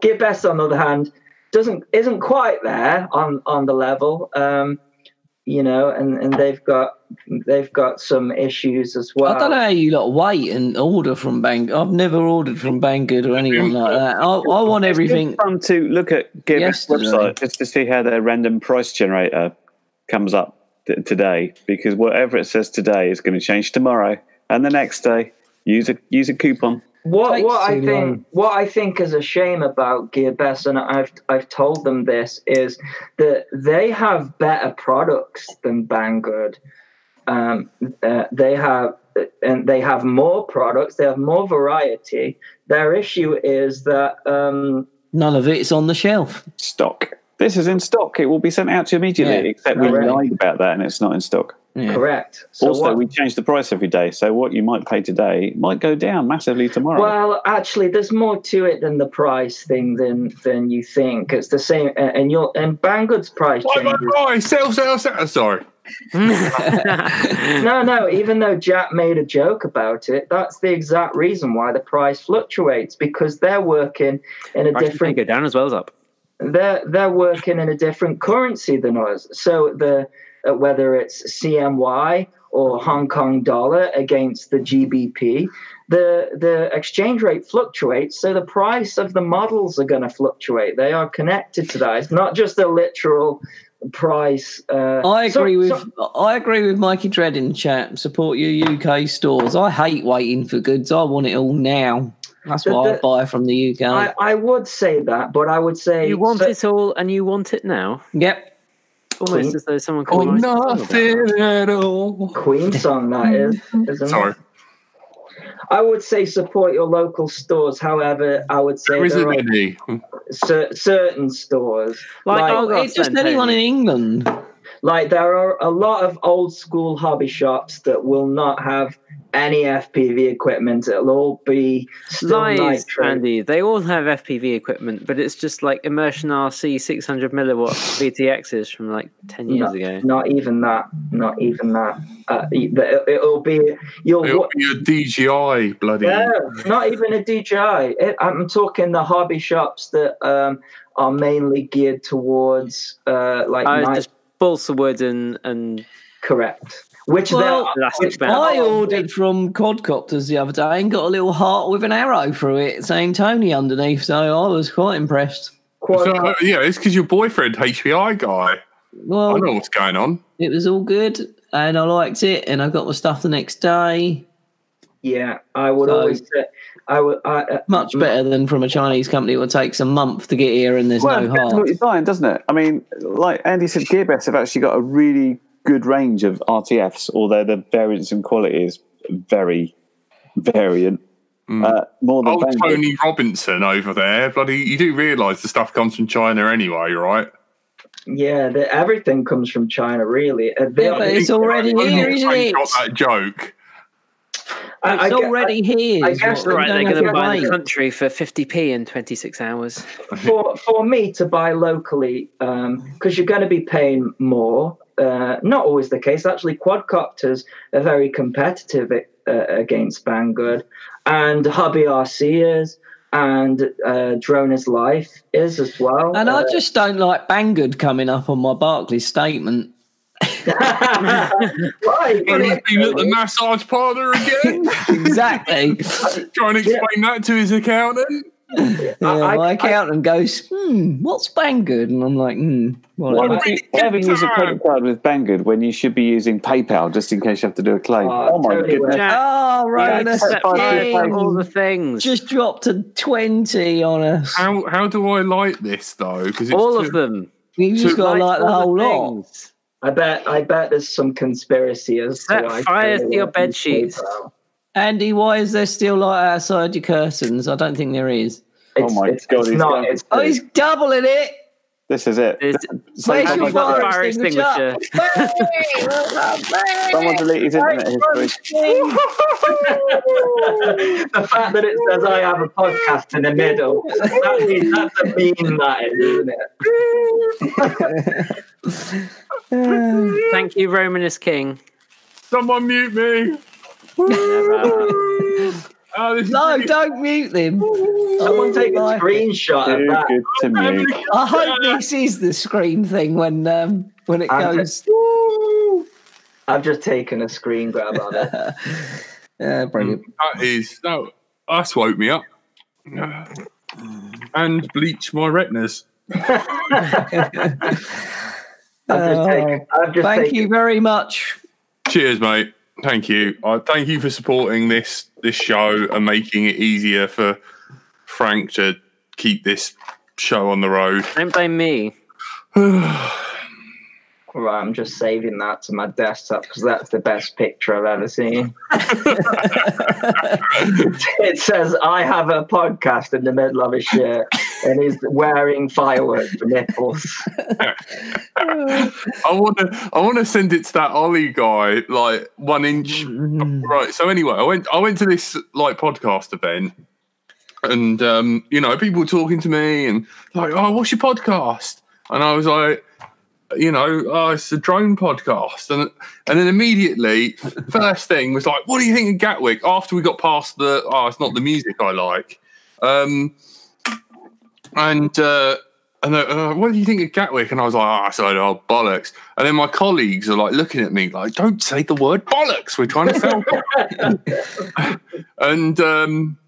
Speaker 5: Gear Best, on the other hand, doesn't isn't quite there on on the level. Um, you know, and, and they've got they've got some issues as well.
Speaker 6: I don't know how you lot wait and order from Bang. I've never ordered from Banggood or anyone like that. I, I want everything.
Speaker 4: It's fun to look at Gibbs
Speaker 6: Yesterday.
Speaker 4: website just to see how their random price generator comes up t- today, because whatever it says today is going to change tomorrow and the next day. Use a use a coupon.
Speaker 5: what
Speaker 6: takes
Speaker 5: what I
Speaker 6: too
Speaker 5: think
Speaker 6: long.
Speaker 5: what I think is a shame about GearBest, and I've I've told them this is that they have better products than Banggood. Um, uh, they have and they have more products. They have more variety. Their issue is that um,
Speaker 6: None of it's on the shelf.
Speaker 4: Stock. This is in stock. It will be sent out to you immediately.
Speaker 6: Yeah.
Speaker 4: except we
Speaker 5: Correct.
Speaker 4: lied about that and it's not in stock.
Speaker 6: Yeah.
Speaker 5: correct. So
Speaker 4: also,
Speaker 5: what-
Speaker 4: we change the price every day, so what you might pay today might go down massively tomorrow.
Speaker 5: Well, actually, there's more to it than the price thing than than you think. It's the same, a- and your and Banggood's price
Speaker 1: Why, why,
Speaker 5: changes
Speaker 1: why? Sell, sell, sell. Sorry.
Speaker 5: no, no. Even though Jack made a joke about it, that's the exact reason why the price fluctuates because they're working in a
Speaker 7: Price can
Speaker 5: different
Speaker 7: go down as well as up.
Speaker 5: they're they're working in a different currency than us. So the uh, whether it's CNY or Hong Kong dollar against the GBP, the the exchange rate fluctuates. So the price of the models are going to fluctuate. They are connected to that. It's not just a literal price. Uh,
Speaker 6: I
Speaker 5: so-
Speaker 6: agree
Speaker 5: so-
Speaker 6: with I agree with Mikey Dread in chat. Support your UK stores. I hate waiting for goods. I want it all now. That's
Speaker 5: The-
Speaker 6: why I
Speaker 5: the-
Speaker 6: buy from the UK.
Speaker 5: I, I would say that, but I would say
Speaker 7: Oh, You want
Speaker 5: so-
Speaker 7: it all and you want it now.
Speaker 6: yep.
Speaker 7: Almost as though someone could
Speaker 1: Or
Speaker 7: write a song about that.
Speaker 1: Oh, nothing at all.
Speaker 5: Queen song that
Speaker 7: [laughs]
Speaker 5: is, isn't
Speaker 1: Sorry.
Speaker 5: it? I would say support your local stores. However, I would say
Speaker 1: There isn't
Speaker 5: there, are
Speaker 1: any.
Speaker 5: cer- certain stores
Speaker 7: Like, oh.
Speaker 5: like
Speaker 7: I'll-
Speaker 6: Oh, It's just anyone in England.
Speaker 5: like there are a lot of old school hobby shops that will not have any FPV equipment. It'll all be still
Speaker 7: Lies,
Speaker 5: nitro.
Speaker 7: Andy. They all have FPV equipment, but it's just like Immersion RC 600 milliwatt VTXs from like 10 years
Speaker 5: No,
Speaker 7: ago.
Speaker 5: Not even that. Not even that. Uh, it, it'll be you'll
Speaker 1: It'll be a DJI bloody.
Speaker 5: No, not even a DJI. It, I'm talking the hobby shops that um, are mainly geared towards uh, like
Speaker 7: I
Speaker 5: night-
Speaker 7: was Oh, just balsa wood and, and
Speaker 5: correct, which
Speaker 6: Well,
Speaker 5: they
Speaker 7: elastic band.
Speaker 6: I
Speaker 5: Oh.
Speaker 6: ordered from Quadcopters the other day and got a little heart with an arrow through it saying Tony underneath. So I was quite impressed.
Speaker 5: quad,
Speaker 1: So, uh, yeah, it's because your boyfriend, HBI guy. I
Speaker 6: Well,
Speaker 1: know what's going on.
Speaker 6: it was all good and I liked it and I got my stuff the next day.
Speaker 5: yeah. I would
Speaker 6: So-
Speaker 5: always say I would. I, uh,
Speaker 6: Much better than from a Chinese company. It would takes a month to get here and there's
Speaker 4: Well, it
Speaker 6: no
Speaker 4: depends on
Speaker 6: heart.
Speaker 4: what you're buying, doesn't it? I mean, like Andy said, Gearbest have actually got a really good range of RTFs, although the variance in quality is very variant. Uh, more
Speaker 7: Oh,
Speaker 4: than
Speaker 1: Mm. Old
Speaker 4: Banggood.
Speaker 1: Tony Robinson over there. Bloody, you do realise the stuff comes from China anyway, right?
Speaker 5: yeah, the, everything comes from China, really. Uh, they
Speaker 6: Yeah, but
Speaker 5: are-
Speaker 6: it's already
Speaker 1: Tony
Speaker 6: here, isn't
Speaker 1: Robinson
Speaker 6: it?
Speaker 1: Got that joke.
Speaker 5: I, I
Speaker 6: It's
Speaker 5: gue-
Speaker 6: already here.
Speaker 5: I
Speaker 6: is
Speaker 5: guess
Speaker 6: what we
Speaker 5: Right,
Speaker 7: Right,
Speaker 6: don't
Speaker 7: they're
Speaker 6: have
Speaker 7: going
Speaker 5: gonna
Speaker 7: to buy
Speaker 6: wait.
Speaker 7: the country for 50p in 26 hours.
Speaker 5: for for me to buy locally because you're going to be paying more. Uh, not always the case. Actually, quadcopters are very competitive uh, against Banggood, and Hobby RC is, and uh, Drone is Life is as well.
Speaker 6: And I
Speaker 5: Uh,
Speaker 6: just don't like Banggood coming up on my
Speaker 5: [laughs]
Speaker 6: Barclays statement.
Speaker 5: Uh, Why?
Speaker 1: But he's been at the massage parlor
Speaker 7: [laughs]
Speaker 1: again,
Speaker 6: Exactly.
Speaker 1: trying to explain that to his accountant.
Speaker 6: yeah,
Speaker 5: I-
Speaker 6: my accountant goes, hmm, what's Banggood? And I'm like, hmm,
Speaker 4: Why
Speaker 6: whatever.
Speaker 4: would you ever use a credit card with Banggood when you should be using PayPal just in case you have to do a claim?
Speaker 5: Oh,
Speaker 4: oh my
Speaker 5: totally
Speaker 4: goodness.
Speaker 5: worth
Speaker 7: Jack,
Speaker 6: Oh,
Speaker 7: you
Speaker 6: right. that's
Speaker 7: accept
Speaker 4: five
Speaker 7: paying
Speaker 4: years.
Speaker 7: all the things.
Speaker 6: just dropped a 20 on us.
Speaker 1: How how do I like this though? Because
Speaker 7: all of them.
Speaker 6: You just got to like the
Speaker 7: all
Speaker 6: whole lot.
Speaker 7: things.
Speaker 5: I bet. I bet there's some conspiracy as
Speaker 7: Set
Speaker 5: to why
Speaker 7: fire to
Speaker 5: Taylor
Speaker 7: your
Speaker 5: went
Speaker 7: bed
Speaker 5: with
Speaker 7: sheets.
Speaker 5: PayPal.
Speaker 6: Andy, why is there still light outside your curtains? I don't think there is.
Speaker 4: Oh
Speaker 5: It's-
Speaker 4: my
Speaker 5: it's,
Speaker 4: God,
Speaker 5: It's
Speaker 4: he's
Speaker 5: not.
Speaker 4: going-
Speaker 5: It's
Speaker 6: Oh, he's doubling it.
Speaker 4: This is it.
Speaker 7: There's-
Speaker 4: [laughs] So
Speaker 6: Where's
Speaker 7: Have
Speaker 6: your
Speaker 4: someone-
Speaker 7: you got the
Speaker 6: fire
Speaker 7: fire
Speaker 6: extinguisher?
Speaker 4: Someone delete his internet history.
Speaker 5: [laughs] the fact that it says I have a podcast in the middle. [laughs] That means that's a meme, that is, isn't it?
Speaker 7: Thank you, Romanus King.
Speaker 1: someone mute me. Oh, this is
Speaker 6: no,
Speaker 1: really-
Speaker 6: don't mute them. I
Speaker 5: Someone
Speaker 6: wouldn't
Speaker 5: take a
Speaker 6: Oh, like it.
Speaker 5: screenshot of
Speaker 4: Too
Speaker 5: that.
Speaker 4: good to me.
Speaker 6: I hope this is the screen thing when um, when it
Speaker 5: I'm-
Speaker 6: goes.
Speaker 5: I've just taken a screen grab of it.
Speaker 6: Yeah, brilliant.
Speaker 1: That is that. That's woke me up. And bleach my retinas.
Speaker 5: I've just
Speaker 6: [laughs] Oh,
Speaker 5: taken. I've just
Speaker 6: Thank
Speaker 5: taken.
Speaker 6: you very much.
Speaker 1: Cheers, mate. Thank you. I thank you for supporting this this show and making it easier for Frank to keep this show on the road.
Speaker 7: Don't blame me.
Speaker 5: Right, I'm just saving that to my desktop because that's the best picture I've
Speaker 1: [laughs]
Speaker 5: ever seen. [laughs] it says I have a podcast in the middle of his shirt and he's wearing fireworks for nipples.
Speaker 1: I want to. I want to send it to that Ollie guy, like one inch. Right. So anyway, I went. I went to this like podcast event, and um, you know, people were talking to me and like, "Oh, what's your podcast?" And I was like, you know, oh, it's a drone podcast. And and then immediately, [laughs] first thing was like, "What do you think of Gatwick?" After we got past the, oh, it's not the music I like. Um, and uh, and they're, uh, what do you think of Gatwick? And I was like, oh, I said, oh, bollocks. And then my colleagues are like looking at me like, don't say the word bollocks. We're trying to sell. and um,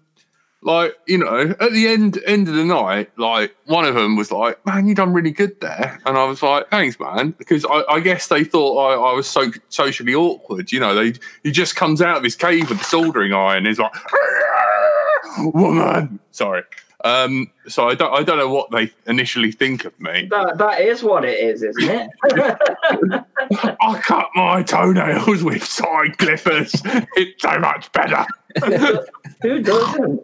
Speaker 1: like, you know, at the end end of the night, like one of them was like, man, you done really good there. And I was like, thanks, man. Because I, I guess they thought I, I was so socially awkward. You know, they he just comes out of his cave with the soldering iron. He's like, woman. Sorry. Um, so I don't, I don't know what they initially think of me.
Speaker 5: That, that is what it is, isn't it?
Speaker 1: I cut my toenails with side clippers. [laughs] It's so much better.
Speaker 5: Who doesn't?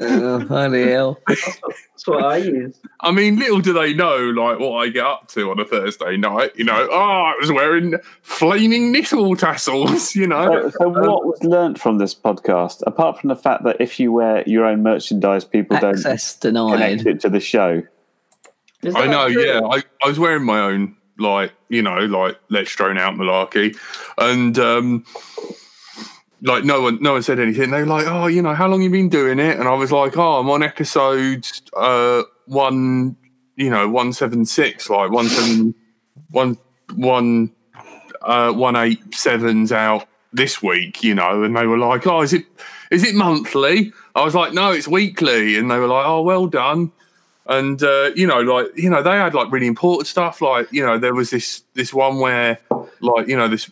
Speaker 6: Oh, bloody hell.
Speaker 5: That's what I use.
Speaker 1: I mean, little do they know, like what I get up to on a Thursday night. You know, oh, I was wearing flaming knittle tassels. You know,
Speaker 4: So, so what was learnt from this podcast, apart from the fact that if you wear your own merchandise, people don't
Speaker 6: Access
Speaker 4: connect
Speaker 6: denied.
Speaker 4: it to the show?
Speaker 5: Is
Speaker 1: I
Speaker 5: that
Speaker 1: know.
Speaker 5: true?
Speaker 1: Yeah, I, I was wearing my own, like you know, like let's drone out malarkey, and um, like no one, no one said anything. They were like, oh, you know, how long you been doing it? And I was like, oh, I'm on episode uh one, you know, one seven six, like one seven one one uh one eight sevens out this week, you know. And they were like, oh, is it is it monthly? I was like, no, it's weekly. And they were like, oh, well done and uh, you know, like you know, they had like really important stuff. Like you know, there was this this one where, like you know, this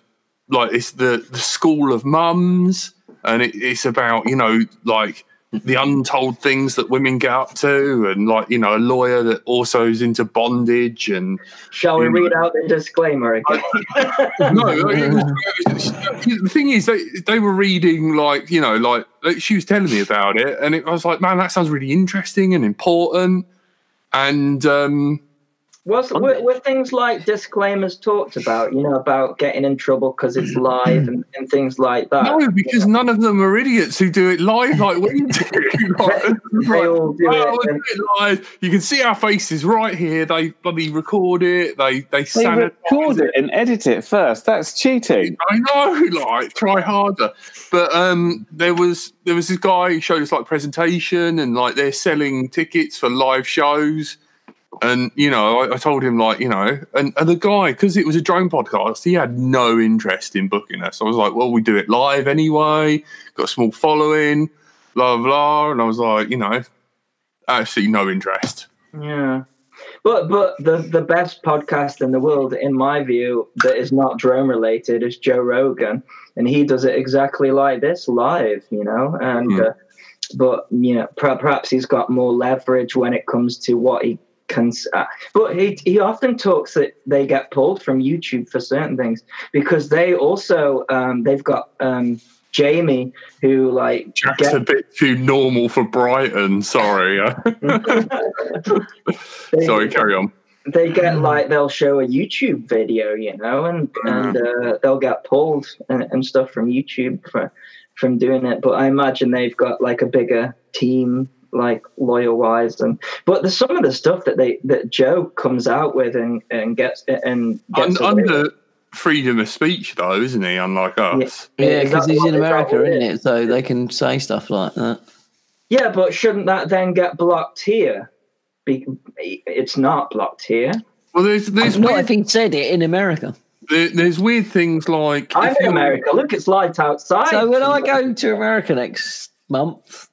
Speaker 1: like it's the the school of mums, and it, it's about you know like the untold things that women get up to, and like you know, a lawyer that also is into bondage, and
Speaker 5: Shall we read out the disclaimer again?
Speaker 1: no, like, it was- it was- the thing is, they they were reading like you know, like, like, she was telling me about it, and it, I was like, man, that sounds really interesting and important, and. um
Speaker 5: Was
Speaker 7: On
Speaker 5: were,
Speaker 7: it.
Speaker 5: were things like disclaimers talked about? You know about getting in trouble because it's live and, and things like that.
Speaker 1: No, because none of them are idiots who do it live like we do. [laughs] Like,
Speaker 5: They all do
Speaker 1: well, we
Speaker 5: it.
Speaker 1: do it live. You can see our faces right here. They bloody record it. They they
Speaker 4: They
Speaker 1: sanitize
Speaker 4: record it and edit it first. That's cheating.
Speaker 1: I know, [laughs] like try harder. But um, there was there was this guy who showed us like presentation and like they're selling tickets for live shows. And you know, I, I told him like you know, and, and the guy because it was a drone podcast, he had no interest in booking us. I was like, well, we do it live anyway. Got a small following, blah blah. And I was like, you know, absolutely no interest.
Speaker 5: Yeah. But but the the best podcast in the world, in my view, that is not drone related is Joe Rogan, and he does it exactly like this live, you know. And
Speaker 1: Hmm.
Speaker 5: uh, but you know, per- perhaps he's got more leverage when it comes to what he can. s- Uh, but he he often talks that they get pulled from YouTube for certain things because they also um, they've got um, Jamie who like
Speaker 1: Jack's a bit too normal for Brighton. Sorry, uh,
Speaker 5: they-
Speaker 1: sorry. Carry on.
Speaker 5: they
Speaker 6: Mm.
Speaker 5: get like they'll show a YouTube video, you know, and and
Speaker 6: Mm-hmm.
Speaker 5: uh, they'll get pulled and, and stuff from YouTube for, from doing it. But I imagine they've got like a bigger team, like lawyer wise, and but there's some of the stuff that they that Joe comes out with and and gets and
Speaker 1: Un-
Speaker 5: gets away with.
Speaker 1: under freedom of speech, though, isn't he? Unlike us.
Speaker 6: Yeah,
Speaker 5: Is
Speaker 6: because
Speaker 5: that
Speaker 6: he's
Speaker 5: what
Speaker 6: in
Speaker 5: they got
Speaker 6: America,
Speaker 5: with
Speaker 6: isn't it? So they can say stuff like that.
Speaker 5: Yeah, but shouldn't that then get blocked here? Be- it's not blocked here.
Speaker 1: Well, there's there's
Speaker 6: Not
Speaker 1: weird,
Speaker 6: if he said it in America.
Speaker 1: there, there's weird things like
Speaker 5: I'm
Speaker 1: if
Speaker 5: in
Speaker 1: you're-
Speaker 5: America. Look, it's light outside.
Speaker 6: So when I go to America next month,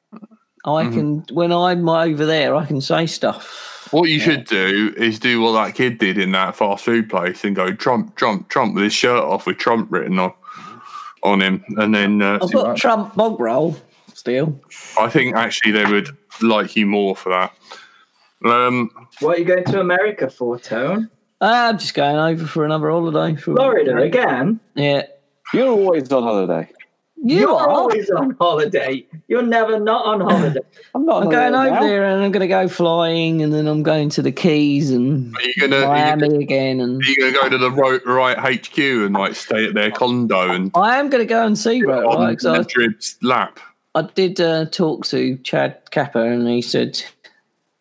Speaker 6: I can when I'm over there, I can say stuff.
Speaker 1: What you should do is do what that kid did in that fast food place and go Trump, Trump, Trump with his shirt off with Trump written on on him, and then uh,
Speaker 6: I've got Trump bog roll still.
Speaker 1: I think actually they would like you more for that. Um,
Speaker 5: What are you going to America for, Tone?
Speaker 6: Ah, I'm just going over for another holiday. For,
Speaker 5: Florida again?
Speaker 6: Yeah.
Speaker 4: You're always on holiday.
Speaker 6: You
Speaker 5: You're
Speaker 6: are.
Speaker 5: always on holiday. You're never not on holiday.
Speaker 4: I'm not on
Speaker 6: I'm
Speaker 4: holiday
Speaker 6: going over
Speaker 4: now.
Speaker 6: there and I'm going to go flying and then I'm going to the Keys and
Speaker 1: are you gonna are you,
Speaker 6: Miami again. And
Speaker 1: are you gonna go to the right, right HQ and like stay at their condo and
Speaker 6: I am going to go and see Road,
Speaker 1: on
Speaker 6: right? 'Cause I
Speaker 1: Madrid's lap?
Speaker 6: I did uh, talk to Chad Kappa, and he said,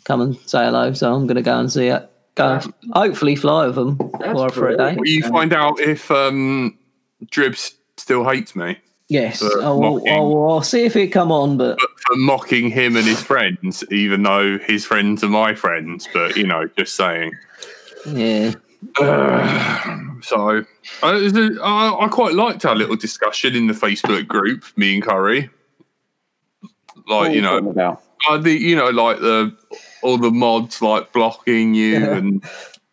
Speaker 6: "Come and say hello." So I'm going to go and see it. Go, hopefully, fly with him for, for a day.
Speaker 5: brilliant.
Speaker 1: Will you find out if um, Dribs still hates me
Speaker 6: Yes,
Speaker 1: Uh,
Speaker 6: I will, I will, I'll see if he come on. But
Speaker 1: for mocking him and his friends, even though his friends are my friends? But you know, just saying.
Speaker 6: yeah,
Speaker 1: So I, I, I quite liked our little discussion in the Facebook group, me and Curry. Like you know,
Speaker 4: about.
Speaker 1: I think you know, like the all the mods like blocking you and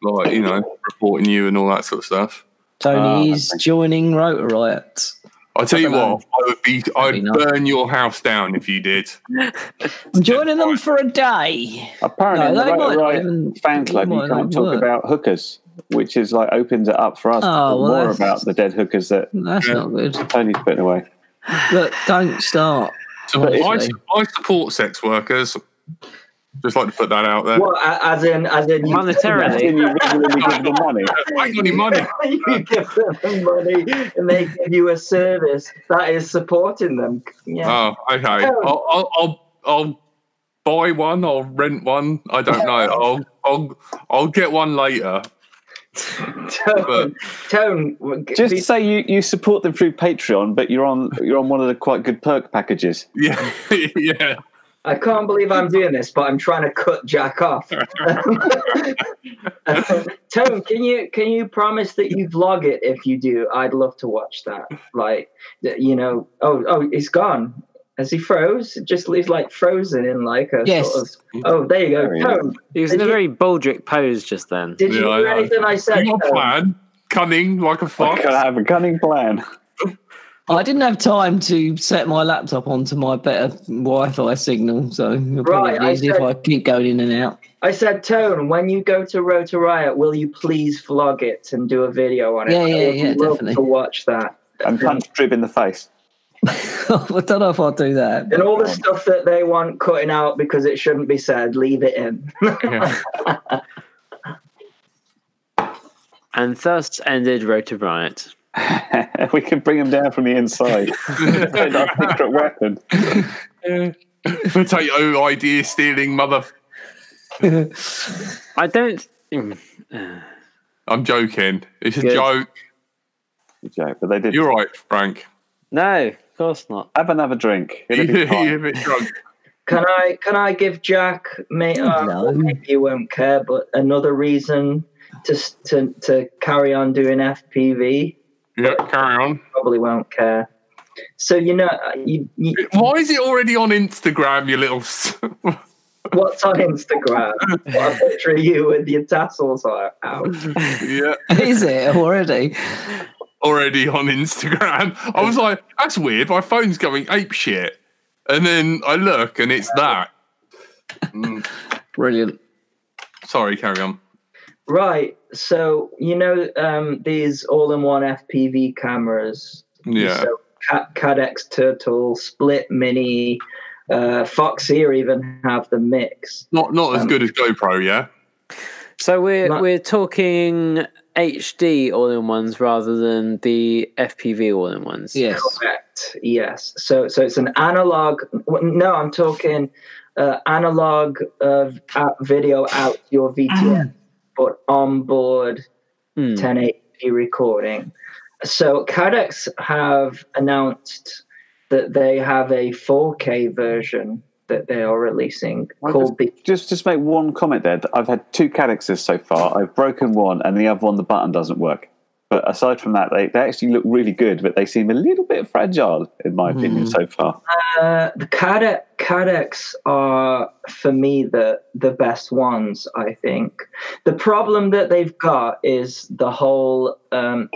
Speaker 1: like you know reporting you and all that sort of stuff.
Speaker 6: Tony
Speaker 4: Ah,
Speaker 6: is joining Rotor Riot.
Speaker 1: I tell you
Speaker 6: dunno.
Speaker 1: what, I would be, I'd
Speaker 6: Maybe not.
Speaker 1: burn your house down if you did.
Speaker 6: I'm joining them for a day.
Speaker 4: Apparently,
Speaker 6: No,
Speaker 4: the
Speaker 6: they might
Speaker 4: right,
Speaker 6: not
Speaker 4: right
Speaker 6: even-
Speaker 4: fan
Speaker 6: they
Speaker 4: club, you
Speaker 6: might not
Speaker 4: can't talk
Speaker 6: work.
Speaker 4: about hookers, which is like opens it up for us to
Speaker 6: Oh,
Speaker 4: talk
Speaker 6: well,
Speaker 4: more
Speaker 6: that's-
Speaker 4: about the dead hookers that
Speaker 6: That's
Speaker 1: Yeah.
Speaker 6: not good.
Speaker 4: Tony's putting away.
Speaker 6: Look, don't start.
Speaker 1: So
Speaker 6: But
Speaker 1: I,
Speaker 6: it's-
Speaker 1: I support sex workers. Just like to put that out there.
Speaker 5: What, a- as in, as in, you, [laughs]
Speaker 4: That's
Speaker 7: Monetarily,
Speaker 4: when you regularly give them money.
Speaker 1: I ain't got any money.
Speaker 5: you give them money and they give you a service that is supporting them. Yeah.
Speaker 1: Oh, okay. I'll, I'll, I'll, I'll buy one. I'll rent one. I don't know. I'll, I'll, I'll get one later. [laughs]
Speaker 5: Tone, Tone, w- g-
Speaker 4: Just
Speaker 5: be-
Speaker 4: say you, you support them through Patreon, but you're on you're on one of the quite good perk packages.
Speaker 1: Yeah, yeah.
Speaker 5: I can't believe I'm doing this, but I'm trying to cut
Speaker 1: [laughs]
Speaker 5: Jack off. Um, [laughs] Tone, can you can you promise that you vlog it if you do? I'd love to watch that. Like, that, you know, oh oh, he's gone. Has he froze? It just leaves like frozen in like a
Speaker 6: Yes.
Speaker 5: sort of. Oh, there you go.
Speaker 4: There he is.
Speaker 5: Tone,
Speaker 7: he was in a very Baldric pose just then.
Speaker 5: did you
Speaker 1: Yeah, I
Speaker 5: hear
Speaker 1: know.
Speaker 5: anything I said?
Speaker 1: Your
Speaker 5: Tone?
Speaker 1: plan, cunning like a
Speaker 4: I
Speaker 1: fox.
Speaker 4: can have a cunning plan.
Speaker 6: I didn't have time to set my laptop onto my better Wi-Fi signal, so it'll probably
Speaker 5: Right,
Speaker 6: be
Speaker 5: I
Speaker 6: easy if
Speaker 5: said-
Speaker 6: I keep going in and out.
Speaker 5: I said, Tone, when you go to Road to Riot, will you please vlog it and do a video on it?
Speaker 6: Yeah, yeah,
Speaker 5: I would
Speaker 6: yeah,
Speaker 5: love
Speaker 6: definitely.
Speaker 5: To watch that.
Speaker 4: And punch Drib in the face.
Speaker 6: I don't know if I'll do that. [laughs]
Speaker 5: And all the stuff that they
Speaker 1: [laughs]
Speaker 5: want cutting out because it shouldn't be said, leave it in.
Speaker 1: Yeah.
Speaker 7: And thus ended Road to Riot.
Speaker 4: [laughs] we can bring them down from the inside. That's our secret weapon.
Speaker 1: Potato idea stealing mother.
Speaker 7: I don't. mm,
Speaker 1: I'm joking. It's a
Speaker 7: Good.
Speaker 1: joke.
Speaker 4: Good joke, but they did.
Speaker 1: You're right, Frank.
Speaker 7: No, of course not.
Speaker 4: Have another drink.
Speaker 1: [laughs]
Speaker 4: It'll be
Speaker 1: You're
Speaker 4: fine.
Speaker 1: a bit drunk.
Speaker 5: Can I can I give Jack mate? Uh,
Speaker 6: No.
Speaker 5: maybe you won't care, but another reason to s- to to carry on doing FPV
Speaker 1: Yeah, carry on.
Speaker 5: probably won't care. So you know, you, you,
Speaker 1: Why is it already on Instagram, you little. s- [laughs]
Speaker 5: what's on Instagram? I picture of you with your tassels are out.
Speaker 1: yeah,
Speaker 6: Is it already?
Speaker 1: already on Instagram. [laughs] I was like, that's weird. My phone's going ape shit. And then I look and it's that. Mm,
Speaker 6: Brilliant.
Speaker 1: sorry, carry on.
Speaker 5: Right. So you know um, these all-in-one FPV cameras.
Speaker 1: Yeah.
Speaker 5: So Cat, Cadex Turtle, Split Mini, uh, Foxeer even have the mix.
Speaker 1: Not not
Speaker 4: Um,
Speaker 1: as good as GoPro, yeah?
Speaker 7: So we're
Speaker 5: Right.
Speaker 7: we're talking HD all in ones rather than the FPV all in ones.
Speaker 6: Yes.
Speaker 5: Correct. Yes. So so it's an analog. w- No, I'm talking uh, analog of out video out your VTS, but onboard
Speaker 7: Hmm.
Speaker 5: 1080p recording. So Cadex have announced that they have a 4K version that they are releasing
Speaker 4: Why
Speaker 5: called the
Speaker 4: Just, just make one comment there. I've had two cadexes so far. I've broken one, and the other one, the button doesn't work. But aside from that, they, they actually look really good, but they seem a little bit fragile, in my opinion, so far.
Speaker 5: Uh, the Cadex, Cadex are for me the the best ones. I think the problem that they've got is the whole um,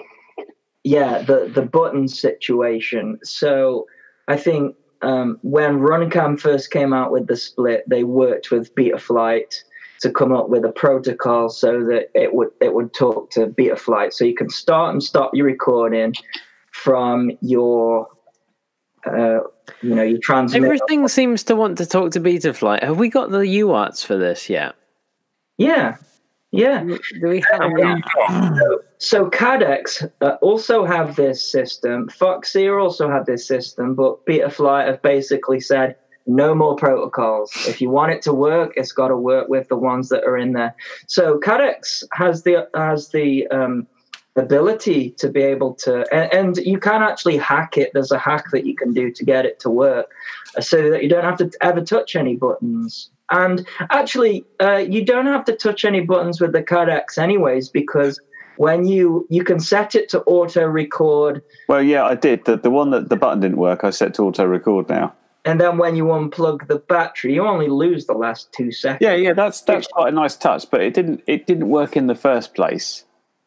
Speaker 5: yeah the the button situation. So I think um, when Runcam first came out with the split, they worked with Betaflight to come up with a protocol so that it would it would talk to Betaflight, so you can start and stop your recording from your uh, you know your transmitter.
Speaker 7: Everything seems to want to talk to Betaflight. Have we got the UARTs for this yet?
Speaker 5: Yeah, yeah.
Speaker 7: Um, Do we have that?
Speaker 5: So Cadex uh, also have this system. Foxeer also had this system, but Betaflight have basically said no more protocols. If you want it to work, it's got to work with the ones that are in there. So Cadex has the has the um, ability to be able to, and, and you can actually hack it. There's a hack that you can do to get it to work, uh, so that you don't have to ever touch any buttons. And actually, uh, you don't have to touch any buttons with the codecs, anyways, because when you you can set it to auto record,
Speaker 4: Well, yeah, I did. The, the one that the button didn't work, I set to auto record now.
Speaker 5: and then when you unplug the battery, you only lose the last two seconds.
Speaker 4: Yeah, yeah, that's that's quite a nice touch, but it didn't it didn't work in the first place,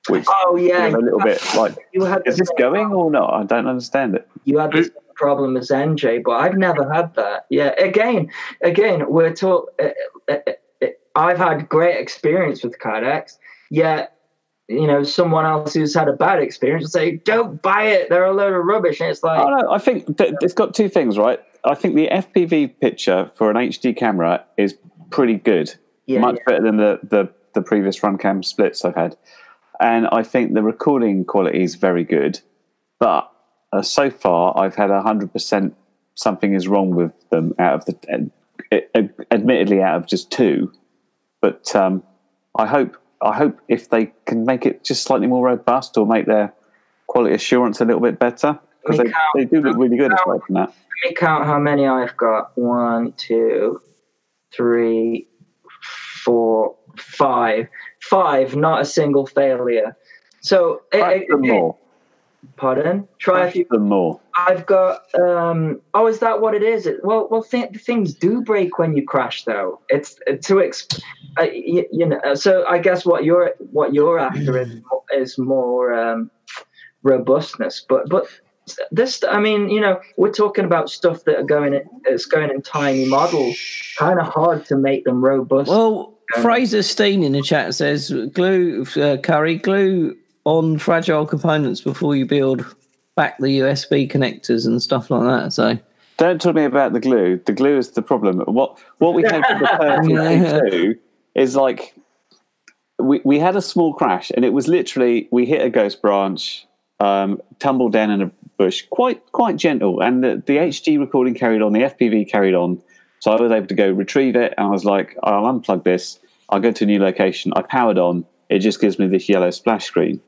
Speaker 4: which
Speaker 5: Oh yeah,
Speaker 4: was a little bit like,
Speaker 5: You had the
Speaker 4: is this
Speaker 5: same-
Speaker 4: going or not? I don't understand it.
Speaker 5: You had the same problem as NJ, but I've never had that. Yeah, again, again, we're talk. Uh, uh, uh, I've had great experience with Codex, yet you know someone else who's had a bad experience will say, "Don't buy it; they're a load of rubbish." And it's like,
Speaker 4: Oh, no, I think th- it's got two things, right? I think the FPV picture for an HD camera is pretty good,
Speaker 5: yeah,
Speaker 4: much better than the, the, the previous run cam splits I've had. And I think the recording quality is very good. But uh, so far, I've had 100% something is wrong with them out of the, ad- ad- admittedly, out of just two. But um, I hope. I hope if they can make it just slightly more robust or make their quality assurance a little bit better because
Speaker 5: They
Speaker 4: they, they do look really good aside from that.
Speaker 5: Let me count how many I've got. One, two, three, four, five. Five, not a single failure. So, eh, eh,
Speaker 4: Track them
Speaker 5: eh,
Speaker 4: more.
Speaker 5: pardon. Try a
Speaker 4: Track
Speaker 5: few.
Speaker 4: them more.
Speaker 5: I've got. Um, oh, is that what it is? It, well, well, th- things do break when you crash, though. It's uh, to exp- uh, you, you know. uh, So I guess what you're what you're after is, mo- is more um, robustness. But but this, I mean, you know, we're talking about stuff that are going. in- It's going in tiny models. Kind of hard to make them robust.
Speaker 6: Well, Fraser Steen in the chat says glue uh, curry glue on fragile components before you build back the USB connectors and stuff like that. So
Speaker 4: Don't talk to me about the glue. The glue is the problem. What what we had for the 30
Speaker 6: Yeah.
Speaker 4: A2 is like we, we had a small crash and it was literally we hit a ghost branch um, tumbled down in a bush quite quite gentle and the, the hd recording carried on the fpv carried on so i was able to go retrieve it and i was like i'll unplug this i'll go to a new location i powered on it just gives me this yellow splash screen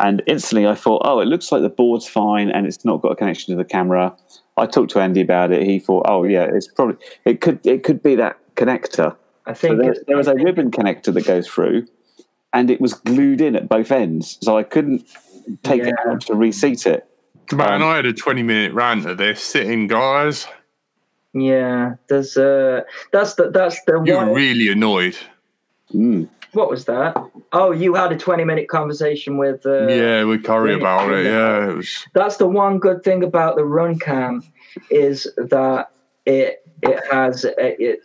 Speaker 4: and instantly i thought oh it looks like the board's fine and it's not got a connection to the camera i talked to andy about it he thought oh yeah it's probably it could it could be that connector
Speaker 5: I
Speaker 4: so
Speaker 5: think
Speaker 4: there,
Speaker 5: it-
Speaker 4: there was a ribbon connector that goes through, and it was glued in at both ends, so I couldn't take it out to reseat it.
Speaker 1: Man,
Speaker 4: Um,
Speaker 1: I had a 20 minute rant of this sitting, guys.
Speaker 5: yeah. There's uh, that's the that's the
Speaker 1: You
Speaker 5: one.
Speaker 1: were really annoyed.
Speaker 4: Mm.
Speaker 5: what was that? Oh, you had a 20 minute conversation with. Uh,
Speaker 1: yeah, we curry
Speaker 5: yeah,
Speaker 1: about it.
Speaker 5: yeah.
Speaker 1: Yeah, it was.
Speaker 5: That's the one good thing about the run cam is that it it has it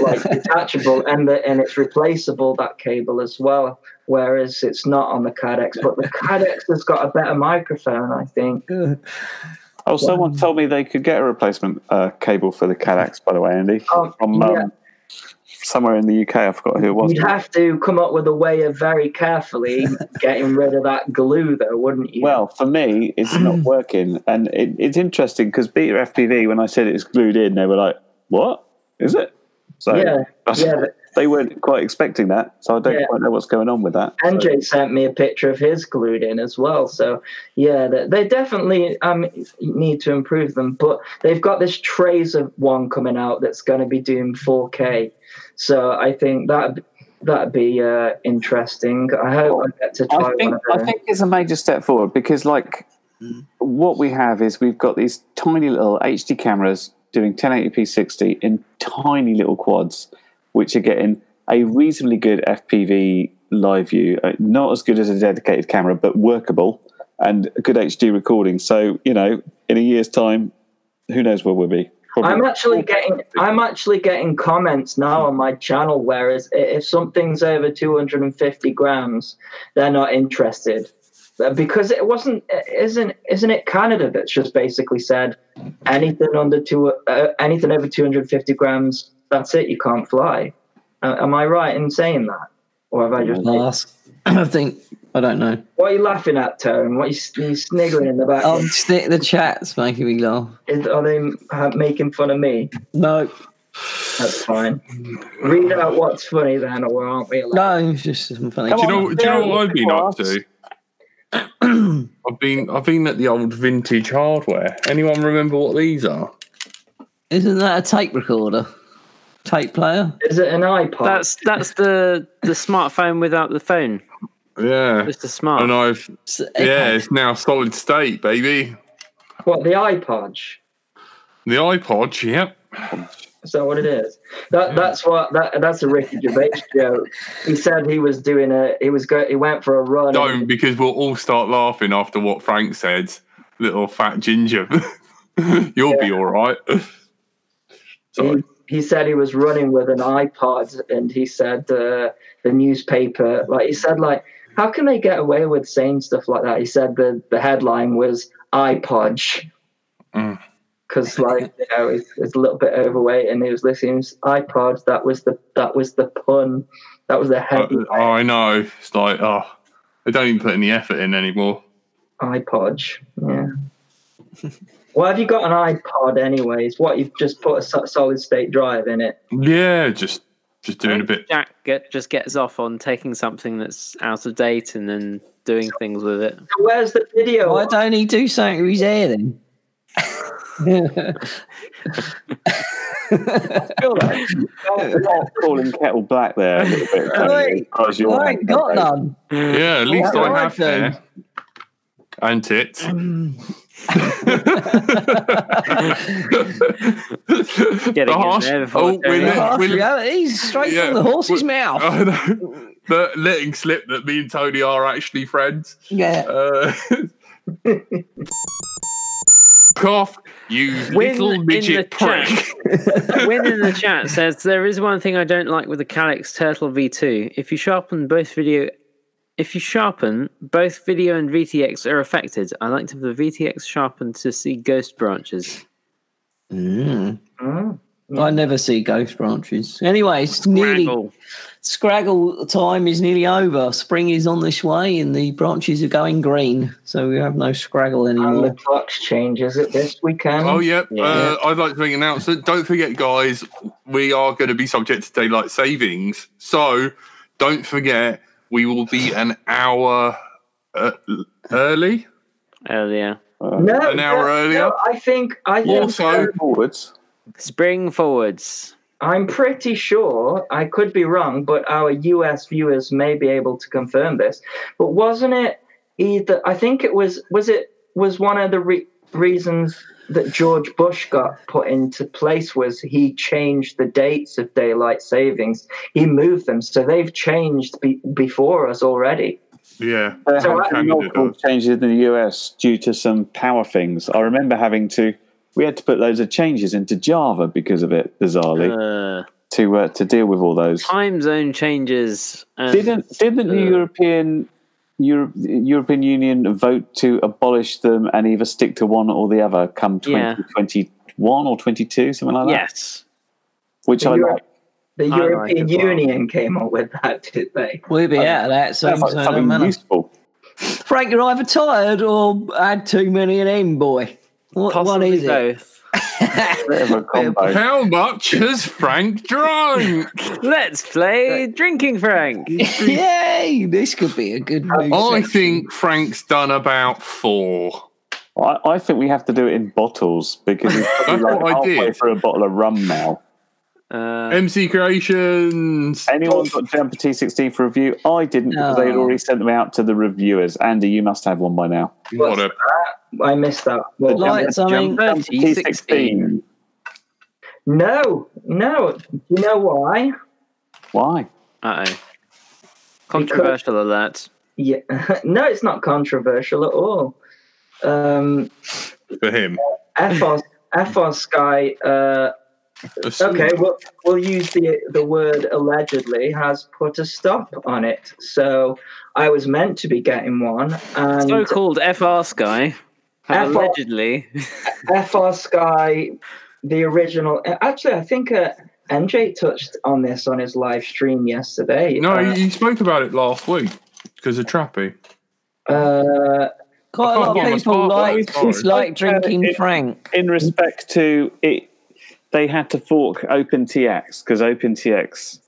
Speaker 4: [laughs]
Speaker 5: like detachable and the, and it's replaceable that cable as well. Whereas it's not on the Cadex, but the Cadex has got a better microphone, I think.
Speaker 4: Oh, someone told me they could get a replacement uh, cable for the Cadax, by the way, Andy,
Speaker 5: Oh,
Speaker 4: from um,
Speaker 5: yeah.
Speaker 4: somewhere in the UK. I forgot who it was.
Speaker 5: You'd have to come up with a way of
Speaker 4: [laughs]
Speaker 5: very carefully getting rid of that glue, though, wouldn't you?
Speaker 4: Well, for me, it's
Speaker 5: [clears throat]
Speaker 4: not working, and it, it's interesting because Beta FPV, when I said it's glued in, they were like, "What is it?" So
Speaker 5: Yeah, yeah, but-
Speaker 4: they weren't quite expecting that, so I don't
Speaker 5: Yeah.
Speaker 4: quite know what's going on with that. So-
Speaker 5: NJ sent me a picture of his glued in as well. So yeah, they, they definitely um need to improve them. But they've got this Tracer one coming out that's going to be doing 4K. So I think that that'd be uh, interesting. I hope I get to try
Speaker 4: I think
Speaker 5: one
Speaker 4: I
Speaker 5: of those.
Speaker 4: think it's a major step forward because like what we have is we've got these tiny little HD cameras doing 1080p 60 in tiny little quads, which are getting a reasonably good FPV live view, Uh, not as good as a dedicated camera, but workable and a good HD recording. So you know, in a year's time, who knows where we'll be. Probably-
Speaker 5: I'm actually getting I'm actually getting comments now on my channel. Whereas i- if something's over 250 grams, they're not interested Uh, because it wasn't i- isn't isn't it Canada that's just basically said anything under two uh, anything over 250 grams that's it you can't fly. Uh, am I right in saying that, or have I just?
Speaker 6: I'll ask. [clears throat] I think I don't know.
Speaker 5: What are you laughing at, Tone? What are you, s- you sniggering in the back?
Speaker 6: I'll stick the chat's making me laugh.
Speaker 5: Is, are they uh, making fun of me?
Speaker 6: No,
Speaker 5: That's fine. Read out what's funny then, or aren't we? allowed?
Speaker 6: no, it's just some funny.
Speaker 4: Come
Speaker 1: Do you
Speaker 6: chat.
Speaker 4: on,
Speaker 1: know? Do you know what I've been up
Speaker 4: Class.
Speaker 1: to? [clears throat] I've been I've been at the old vintage hardware. Anyone remember what these are?
Speaker 6: Isn't that a tape recorder? Tape player?
Speaker 5: Is it an iPod?
Speaker 7: That's that's the the smartphone without the phone.
Speaker 1: Yeah,
Speaker 7: Just a smart.
Speaker 1: and I've
Speaker 6: It's-
Speaker 1: yeah, it's now solid state, baby.
Speaker 5: what the iPod.
Speaker 1: The iPod, yep.
Speaker 5: Is that what it is? That that's what that that's a Ricky Gervais joke. He said he was doing a he was go he went for a run.
Speaker 1: Don't because we'll all start laughing after what Frank said. Little fat ginger, [laughs] you'll be all right.
Speaker 5: He,
Speaker 1: Sorry.
Speaker 5: he said he was running with an iPod, and he said uh, the newspaper like he said like how can they get away with saying stuff like that? He said the the headline was iPod.
Speaker 1: Mm.
Speaker 5: Because like you know, he's, he's a little bit overweight, and he was listening to iPod. That was the that was the pun, that was the
Speaker 1: I,
Speaker 5: headline.
Speaker 1: Uh, I know. It's like oh, they don't even put any effort in anymore.
Speaker 5: iPod.
Speaker 1: [laughs]
Speaker 5: Yeah. well, have you got an iPod, anyways? What you've just put a so- solid state drive in it?
Speaker 1: Yeah, just just doing a bit.
Speaker 7: Jack get, just gets off on taking something that's out of date and then doing things with it.
Speaker 5: So Where's the video?
Speaker 6: Why don't he do something with his hair then? [laughs]
Speaker 5: Oh,
Speaker 4: Not calling kettle black there a little bit. Tony, as far as your-
Speaker 6: I ain't got none.
Speaker 1: Yeah, at least
Speaker 6: What
Speaker 1: I have
Speaker 6: do I do?
Speaker 1: hair and tits.
Speaker 7: Mm.
Speaker 1: [laughs] the
Speaker 7: Getting in
Speaker 1: harsh,
Speaker 7: there before
Speaker 1: oh, we're
Speaker 7: Tony-
Speaker 1: let-
Speaker 6: Harsh
Speaker 1: we're let-
Speaker 6: realities straight
Speaker 1: Yeah. uh,
Speaker 6: from the horse's
Speaker 1: We- [laughs]
Speaker 6: mouth.
Speaker 1: I know. But Oh, letting slip that me and Tony are actually friends.
Speaker 6: yeah.
Speaker 1: Uh, [laughs] cough, you
Speaker 7: Win in
Speaker 1: little
Speaker 7: the
Speaker 1: midget
Speaker 7: chat.
Speaker 1: prick.
Speaker 7: Win in the chat says there is one thing I don't like with the Calix Turtle V2. If you sharpen both video, if you sharpen both video and VTX are affected. I like to have the VTX sharpened to see ghost branches.
Speaker 5: Hmm,
Speaker 6: I never see ghost branches. Anyway, it's nearly
Speaker 7: Wrangle.
Speaker 6: scraggle time is nearly over. Spring is on this way, and the branches are going green, so we have no scraggle
Speaker 5: And the
Speaker 6: anymore.
Speaker 5: clutch changes it this weekend.
Speaker 1: Oh yeah, Uh, I'd like to make an announcement. Don't forget, guys, we are going to be subject to daylight savings, so don't forget we will be an hour uh, early.
Speaker 7: earlier.
Speaker 5: No,
Speaker 1: An hour
Speaker 5: no,
Speaker 1: earlier?
Speaker 5: no, I think I think
Speaker 1: Also,
Speaker 4: Forwards.
Speaker 7: Spring forwards.
Speaker 5: I'm pretty sure I could be wrong, but our US viewers may be able to confirm this. But wasn't it either? I think it was. Was it was one of the re- reasons that George Bush got put into place was he changed the dates of daylight savings. He moved them, so they've changed be- before us already.
Speaker 1: yeah,
Speaker 4: There
Speaker 5: So
Speaker 4: have
Speaker 5: I-
Speaker 4: been multiple changes in the US due to some power things. I remember having to, we had to put loads of changes into Java because of it, bizarrely,
Speaker 7: Uh,
Speaker 4: to uh, to deal with all those.
Speaker 7: time zone changes. And
Speaker 4: Didn't didn't the
Speaker 7: Uh.
Speaker 4: European Euro, European Union vote to abolish them and either stick to one or the other come
Speaker 7: Yeah.
Speaker 4: twenty twenty one or twenty two, something like that?
Speaker 7: yes,
Speaker 4: Which I
Speaker 5: Europe-
Speaker 4: like.
Speaker 5: The
Speaker 7: I like
Speaker 5: European
Speaker 7: it, well.
Speaker 5: Union came up with that, did they?
Speaker 6: We'll be out of that soon.
Speaker 4: Sounds like
Speaker 6: so it don't
Speaker 4: something
Speaker 6: matter.
Speaker 4: useful.
Speaker 6: Frank, you're either tired or had too many of them, boy. What, what
Speaker 7: possibly
Speaker 6: is it?
Speaker 7: both.
Speaker 4: Bit of a combo.
Speaker 1: How much has Frank drunk?
Speaker 7: Let's play drinking Frank.
Speaker 6: [laughs] Yay! This could be a good new
Speaker 1: I
Speaker 6: section.
Speaker 1: think Frank's done about four.
Speaker 4: I, I think we have to do it in bottles because we're probably
Speaker 1: That's
Speaker 4: like
Speaker 1: what [laughs] I
Speaker 4: halfway
Speaker 1: did.
Speaker 4: through a bottle of rum now.
Speaker 7: Uh,
Speaker 1: MC Creations.
Speaker 4: Anyone got Jumper T16 for review? I didn't because they had
Speaker 6: No.
Speaker 4: already sent them out to the reviewers. Andy, you must have one by now.
Speaker 1: What a
Speaker 5: I missed that. Well,
Speaker 6: Like something.
Speaker 7: Jumper
Speaker 4: Jumper
Speaker 7: T16.
Speaker 5: no, no. You know why?
Speaker 4: Why?
Speaker 7: uh oh. Controversial alert.
Speaker 5: Yeah, [laughs] no, it's not controversial at all. Um,
Speaker 1: for him.
Speaker 5: FOS, FOS guy. Uh, okay, we'll we'll use the the word allegedly has put a stop on it. So I was meant to be getting one, and
Speaker 7: So called FR Sky.
Speaker 5: FR.
Speaker 7: Allegedly.
Speaker 5: FOS guy, the original. Actually, I think uh, NJ touched on this on his live stream yesterday.
Speaker 1: No,
Speaker 5: Uh,
Speaker 1: you spoke about it last week because of [laughs] Trappy.
Speaker 5: uh,
Speaker 6: Quite a lot
Speaker 1: Yeah,
Speaker 6: of
Speaker 1: it's part
Speaker 6: people
Speaker 1: of
Speaker 6: like,
Speaker 1: it, sorry.
Speaker 6: like drinking
Speaker 4: It-
Speaker 6: Frank.
Speaker 4: In respect to it, they had to fork OpenTX because OpenTX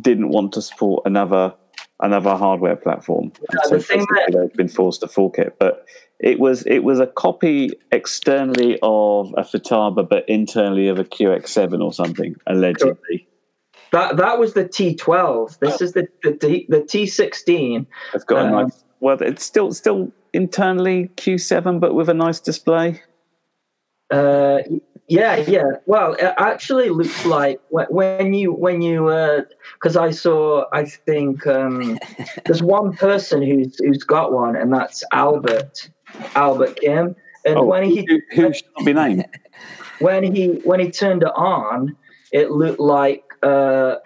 Speaker 4: didn't want to support another another hardware platform. And
Speaker 5: Yeah,
Speaker 4: so
Speaker 5: the thing that-
Speaker 4: basically they've been forced to fork it. But it was it was a copy externally of a Futaba, but internally of a QX7 or something, allegedly.
Speaker 5: that that was the T12. This is the the D- the T16.
Speaker 4: It's got a
Speaker 5: Um,
Speaker 4: nice. Well, it's still still internally Q7, but with a nice display.
Speaker 5: Uh, yeah, yeah. Well, it actually looks like wh- when you when you because I saw I think um, there's one person who's who's got one, and that's Albert Albert Kim. And
Speaker 4: Oh,
Speaker 5: when he
Speaker 4: who, who should not be named?
Speaker 5: when he when he turned it on, it looked like uh,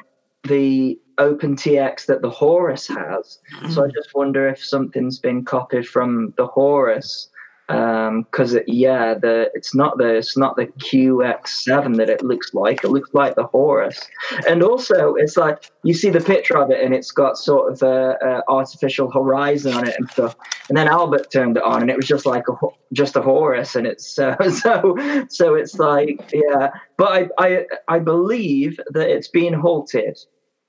Speaker 5: the OpenTX that the Horus has. So I just wonder if something's been copied from the Horus. Because it yeah, the it's not the it's not the QX7 that it looks like. It looks like the Horus, and also it's like you see the picture of it, and it's got sort of a, a artificial horizon on it and stuff. And then Albert turned it on, and it was just like a, ho- just a Horus, and it's so [laughs] so so it's like yeah. But I I, I believe that it's being halted,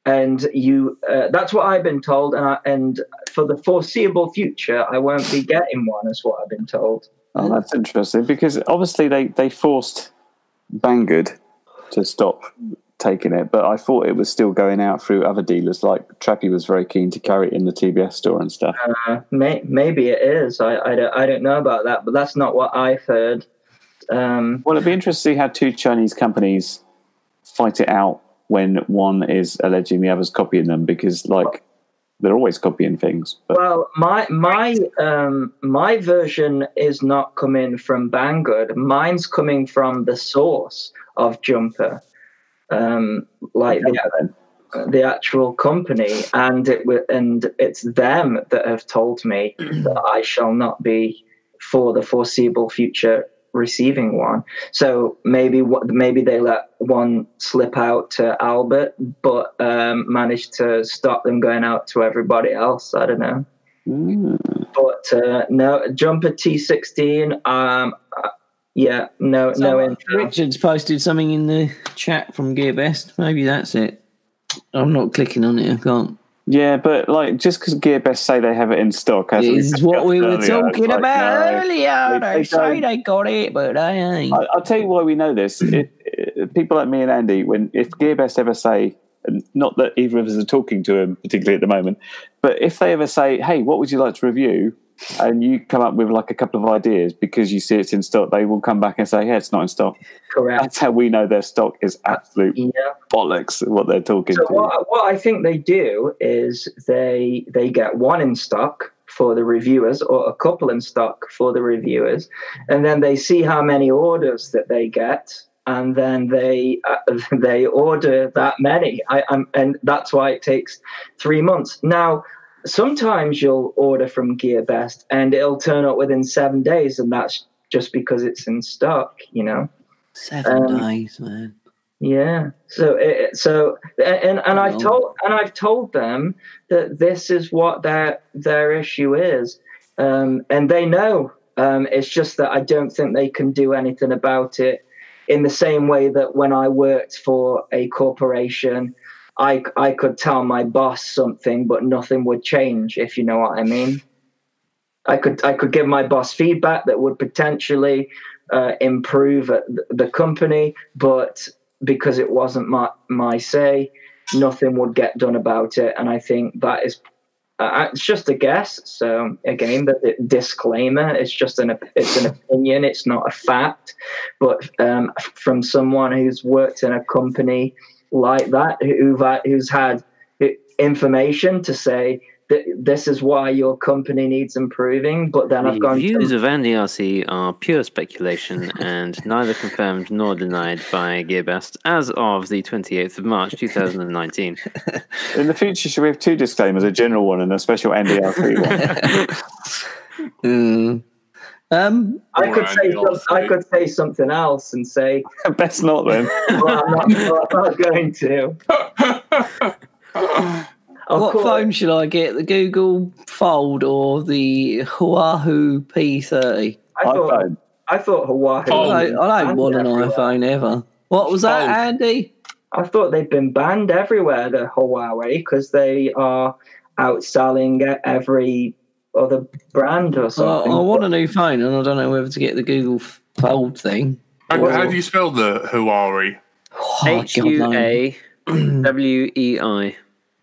Speaker 5: and you uh, that's what I've been told, and I, and for the foreseeable future, I won't be getting one, is what I've been told.
Speaker 4: Oh, that's interesting because obviously they they forced Banggood to stop taking it, but I thought it was still going out through other dealers. Like Trappy was very keen to carry it in the TBS store and stuff.
Speaker 5: Uh, may, maybe it is. I I don't, I don't know about that, but that's not what I've heard. Um,
Speaker 4: Well, it'd be interesting to see how two Chinese companies fight it out when one is alleging the other's copying them because like they're always copying things. But
Speaker 5: Well, my my um my version is not coming from Banggood. Mine's coming from the source of Jumper, um, like the,
Speaker 4: then.
Speaker 5: the actual company, and it wa- and it's them that have told me that I shall not be for the foreseeable future receiving one. So maybe what maybe they let one slip out to Albert, but um, managed to stop them going out to everybody else. I don't know. But uh, no, jumper T16. Um, uh, yeah, no, no
Speaker 6: Someone-
Speaker 5: info.
Speaker 6: Richard's posted something in the chat from GearBest. Maybe that's it. I'm not clicking on it. I can't.
Speaker 4: Yeah, but like just because GearBest say they have it in stock, as
Speaker 6: It
Speaker 4: we
Speaker 6: is what we were
Speaker 4: discussed earlier,
Speaker 6: talking
Speaker 4: like,
Speaker 6: about
Speaker 4: no. They-
Speaker 6: earlier. They,
Speaker 4: they
Speaker 6: say
Speaker 4: don't-
Speaker 6: they got it, but they ain't.
Speaker 4: I, I'll tell you why we know this. It, it, people like me and Andy, when if GearBest ever say, and not that either of us are talking to him particularly at the moment, but if they ever say, "Hey, what would you like to review?" and you come up with like a couple of ideas because you see it's in stock, they will come back and say, "Yeah, it's not in stock."
Speaker 5: Correct.
Speaker 4: That's how we know their stock is absolute
Speaker 5: Yeah.
Speaker 4: bollocks. What they're talking
Speaker 5: So
Speaker 4: to.
Speaker 5: what, what I think they do is they they get one in stock for the reviewers or a couple in stock for the reviewers, and then they see how many orders that they get, and then they [laughs] uh, they order that many. I, i and that's why it takes three months. Now, sometimes you'll order from GearBest and it'll turn up within seven days, and that's just because it's in stock, you know.
Speaker 6: Seven
Speaker 5: um,
Speaker 6: days, man.
Speaker 5: Yeah. So it, so eh, and and I've
Speaker 6: Wow.
Speaker 5: told and I've told them that this is what their their issue is, um, and they know. Um, it's just that I don't think they can do anything about it. In the same way that when I worked for a corporation, I I could tell my boss something, but nothing would change. If you know what I mean. I could I could give my boss feedback that would potentially uh, improve uh, th- the company, but because it wasn't my my say, nothing would get done about it. And I think that is uh, it's just a guess. So again, the, the disclaimer: it's just an op- it's an opinion. It's not a fact. But um, f- from someone who's worked in a company like that, who, who've- who's had i- information to say. that This is why your company needs improving, but then I've
Speaker 7: The
Speaker 5: gone. to-
Speaker 7: views of Andy RC are pure speculation and neither confirmed nor denied by GearBest as of the 28th of March 2019.
Speaker 4: In the future, should we have two disclaimers, a general one and a special NDRC
Speaker 5: [laughs]
Speaker 4: one?
Speaker 6: Mm. Um,
Speaker 5: I could
Speaker 1: Or
Speaker 5: say
Speaker 1: Andy
Speaker 5: some, I
Speaker 1: Olsen.
Speaker 5: could say something else and say,
Speaker 4: Best not
Speaker 5: [laughs]
Speaker 4: then.
Speaker 5: well, I'm, not, well, I'm not going to. I'll
Speaker 6: what
Speaker 5: call
Speaker 6: phone
Speaker 5: it-
Speaker 6: shall I get? The Google Fold or the Huawei P30?
Speaker 5: I thought
Speaker 4: iPhone.
Speaker 5: I thought Hawaii.
Speaker 1: Fold.
Speaker 6: I don't, I don't
Speaker 5: Fold
Speaker 6: want an
Speaker 5: everywhere.
Speaker 6: iPhone ever. What was that, Andy?
Speaker 5: I thought they've been banned everywhere, the Huawei, because they are outselling every other brand or
Speaker 6: I,
Speaker 5: something.
Speaker 6: I want a new phone, and I don't know whether to get the Google Fold thing.
Speaker 1: How, how do you spell the Huawei?
Speaker 6: Oh,
Speaker 7: H
Speaker 6: God,
Speaker 7: U
Speaker 6: no.
Speaker 7: A W E I.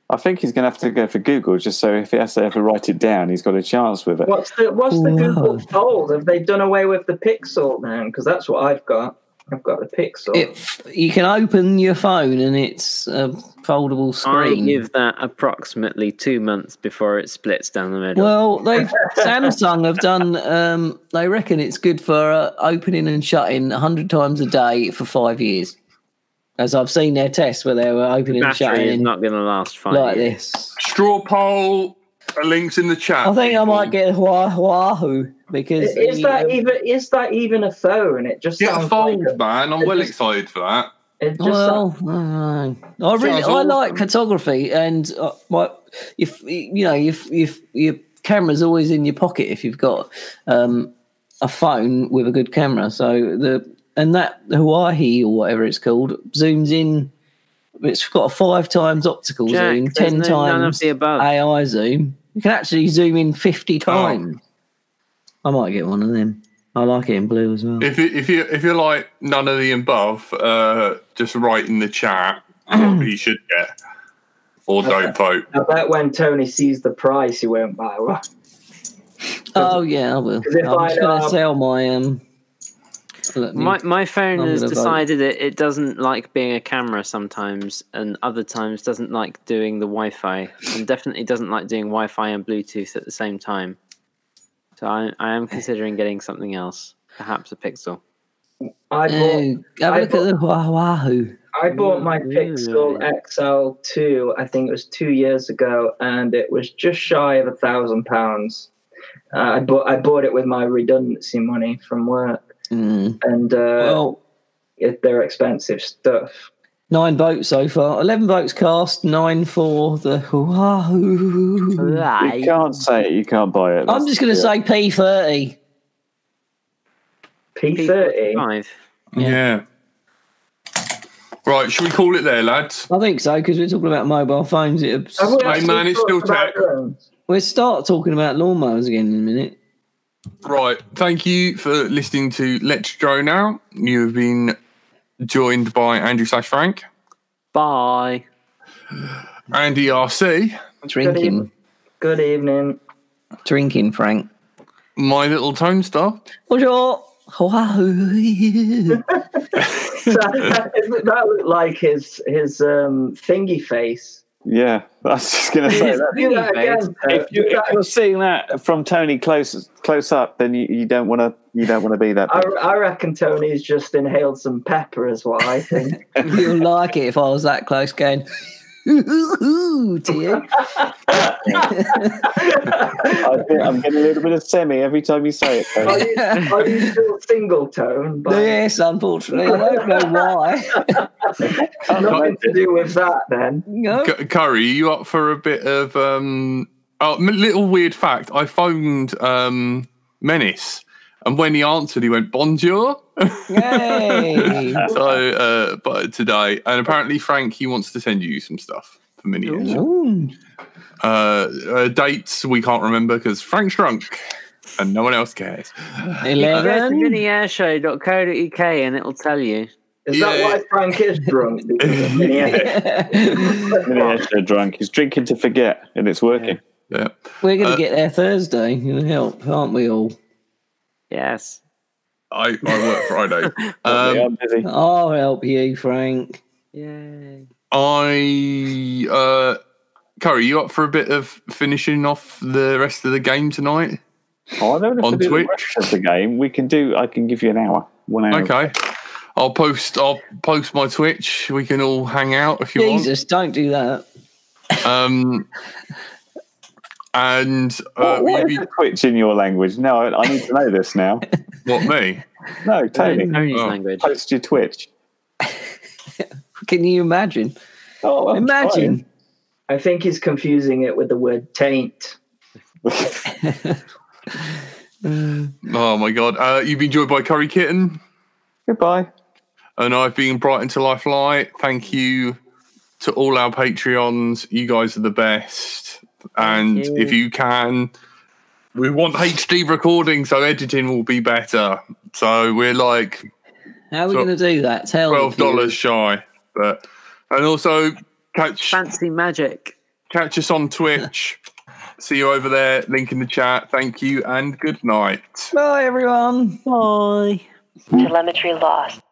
Speaker 4: I think he's going to have to go for Google just so if he has to ever write it down, he's got a chance with it.
Speaker 5: What's the What's the
Speaker 6: Whoa.
Speaker 5: Google Fold? Have they done away with the Pixel now? Because that's what I've got. I've got the Pixel.
Speaker 6: It, you can open your phone, and it's a foldable
Speaker 7: I
Speaker 6: screen.
Speaker 7: give that approximately two months before it splits down the middle.
Speaker 6: Well, they've Samsung have done. Um, they reckon it's good for uh, opening and shutting hundred times a day for five years. As I've seen their tests where they were opening and
Speaker 7: Battery is
Speaker 6: shutting
Speaker 7: not going to last five
Speaker 6: like
Speaker 7: years.
Speaker 6: this.
Speaker 1: Straw poll. uh, Links in the chat.
Speaker 6: I think I
Speaker 1: people.
Speaker 6: might get Hua- Huawei because
Speaker 5: is
Speaker 6: the,
Speaker 5: that
Speaker 6: um,
Speaker 5: even is that even a phone? It just
Speaker 1: Get a
Speaker 5: sounds
Speaker 1: fold,
Speaker 5: like
Speaker 1: man. I'm well excited for that.
Speaker 5: a, it just
Speaker 6: Well, I, don't know. I really
Speaker 1: Sounds
Speaker 6: I like
Speaker 1: awesome.
Speaker 6: photography, and uh, my if you know if if your camera's always in your pocket if you've got um, a phone with a good camera. So the and that Hawaii or whatever it's called zooms in. It's got a five times optical
Speaker 7: Jack,
Speaker 6: zoom,
Speaker 7: there's
Speaker 6: ten
Speaker 7: no-
Speaker 6: times
Speaker 7: none of the above. Oh.
Speaker 6: AI zoom. You can actually zoom in fifty times. I might get one of them. I like it in blue as well.
Speaker 1: If you, if you if you're like none of the above, uh, just write in the chat what
Speaker 6: [clears throat]
Speaker 1: you should get, or don't vote.
Speaker 5: I bet when Tony sees the price, he won't buy one.
Speaker 6: Oh yeah, I will.
Speaker 5: 'Cause if
Speaker 6: I'm
Speaker 5: I,
Speaker 6: just going to
Speaker 5: um,
Speaker 6: sell my um. Let me
Speaker 7: My my phone
Speaker 6: I'm
Speaker 7: has
Speaker 6: gonna vote.
Speaker 7: decided it, it doesn't like being a camera sometimes, and other times doesn't like doing the Wi-Fi, and definitely doesn't like doing Wi-Fi and Bluetooth at the same time. So I, I am considering getting something else, perhaps a Pixel.
Speaker 5: I bought,
Speaker 6: Oh, have a
Speaker 5: I
Speaker 6: look at the Wahoo.
Speaker 5: I bought my
Speaker 7: Ooh.
Speaker 5: Pixel XL2, I think it was two years ago, and it was just shy of a thousand pounds. Uh, I bought I bought it with my redundancy money from work.
Speaker 6: Mm.
Speaker 5: and uh,
Speaker 6: Well,
Speaker 5: it, they're expensive stuff.
Speaker 6: nine votes so far. Eleven votes cast. Nine for the Wahoo.
Speaker 4: You can't say it. You can't buy it.
Speaker 6: I'm just going to say P30.
Speaker 5: P thirty.
Speaker 7: P45.
Speaker 1: Yeah. Right, should we call it there, lads?
Speaker 6: I think so because we're talking about mobile phones. It,
Speaker 1: Hey, man, it's still tech.
Speaker 6: we'll start talking about lawnmowers again in a minute.
Speaker 1: Right, thank you for listening to Let's Drone Out. You have been joined by Andrew Slash Frank,
Speaker 7: Bye.
Speaker 1: Andy RC,
Speaker 6: Drinking,
Speaker 5: Good evening. [laughs]
Speaker 6: drinking, Frank.
Speaker 1: My Little Tone Star.
Speaker 6: What's your
Speaker 5: [laughs]
Speaker 6: Wahoo?
Speaker 5: So, [laughs] that looked like his his um, thingy
Speaker 7: [laughs]
Speaker 5: face.
Speaker 4: Yeah, [laughs] I was just going to say that.
Speaker 5: Do that
Speaker 7: Thingy
Speaker 5: again.
Speaker 4: If, you,
Speaker 5: Do
Speaker 4: if
Speaker 5: that-
Speaker 4: you're seeing that from Tony close close up, then you, you don't want to you don't want to be that.
Speaker 5: I, I reckon Tony's just inhaled some pepper, is what I think.
Speaker 6: You'll like it if I was that close going. Ooh, to you.
Speaker 4: I think I'm getting a little bit of semi every time you say it.
Speaker 5: are,
Speaker 4: Tony.
Speaker 6: [laughs]
Speaker 5: you, are you still single tone? But
Speaker 6: [laughs] Yes, unfortunately, I don't know why. [laughs]
Speaker 5: nothing to do with that then.
Speaker 6: No.
Speaker 1: C- Curry, you up for a bit of um? Oh, m- little weird fact. I phoned um Menace, and when he answered, he went "Bonjour."
Speaker 6: Yay.
Speaker 1: so, uh, but today, and apparently Frank, he wants to send you some stuff for miniatures.
Speaker 6: Ooh.
Speaker 1: Uh, uh, dates we can't remember because Frank's drunk, and no one else cares.
Speaker 7: Go
Speaker 6: [laughs]
Speaker 7: to
Speaker 6: Eleven.
Speaker 7: miniairshow.co.uk and it'll tell you.
Speaker 5: Is that
Speaker 1: Yeah.
Speaker 5: why Frank is
Speaker 1: [laughs]
Speaker 5: drunk? Because of mini-
Speaker 6: We're
Speaker 4: He's extra drunk. He's drinking to forget, and it's working.
Speaker 1: Yeah.
Speaker 6: going to
Speaker 1: Uh,
Speaker 6: get there Thursday and help, aren't we all?
Speaker 7: Yes.
Speaker 1: I, I work Friday.
Speaker 4: Probably,
Speaker 1: [laughs] Um,
Speaker 4: I'm busy.
Speaker 6: I'll help you, Frank.
Speaker 7: Yay.
Speaker 1: I uh, Curry, you up for a bit of finishing off the rest of the game tonight?
Speaker 4: Oh, I don't know if
Speaker 1: On
Speaker 4: we do
Speaker 1: Twitch?
Speaker 4: the rest of the game. We can do. I can give you an hour. One hour.
Speaker 1: Okay. I'll post. I'll post my Twitch. We can all hang out if you
Speaker 6: Jesus, don't do that.
Speaker 1: want. Um, and uh,
Speaker 4: What,
Speaker 1: we
Speaker 4: what
Speaker 1: be
Speaker 4: is a Twitch in your language? No, I, I need to know
Speaker 1: [laughs]
Speaker 4: this now.
Speaker 1: what me?
Speaker 4: No, Tony,
Speaker 7: Tony's
Speaker 1: Oh.
Speaker 7: language.
Speaker 4: post your Twitch.
Speaker 6: Can you imagine?
Speaker 4: Oh, I'm
Speaker 6: Imagine.
Speaker 5: I think he's confusing it with the word taint.
Speaker 4: trying.
Speaker 1: Oh my god! Uh, you've been joined by Curry Kitten,
Speaker 4: Goodbye.
Speaker 1: and I've been bright until I fly. Thank you to all our Patreons. You guys are the best. And
Speaker 7: you.
Speaker 1: if you can, we want HD recording, so editing will be better. So we're like
Speaker 6: How are we
Speaker 1: So-
Speaker 6: going to do that? Tell the
Speaker 1: twelve dollars shy, but and also catch
Speaker 7: Fancy magic.
Speaker 1: catch us on Twitch. See you over there. Link in the chat. Thank you and good night.
Speaker 6: viewers. Bye, everyone.
Speaker 7: Bye.
Speaker 2: Telemetry lost.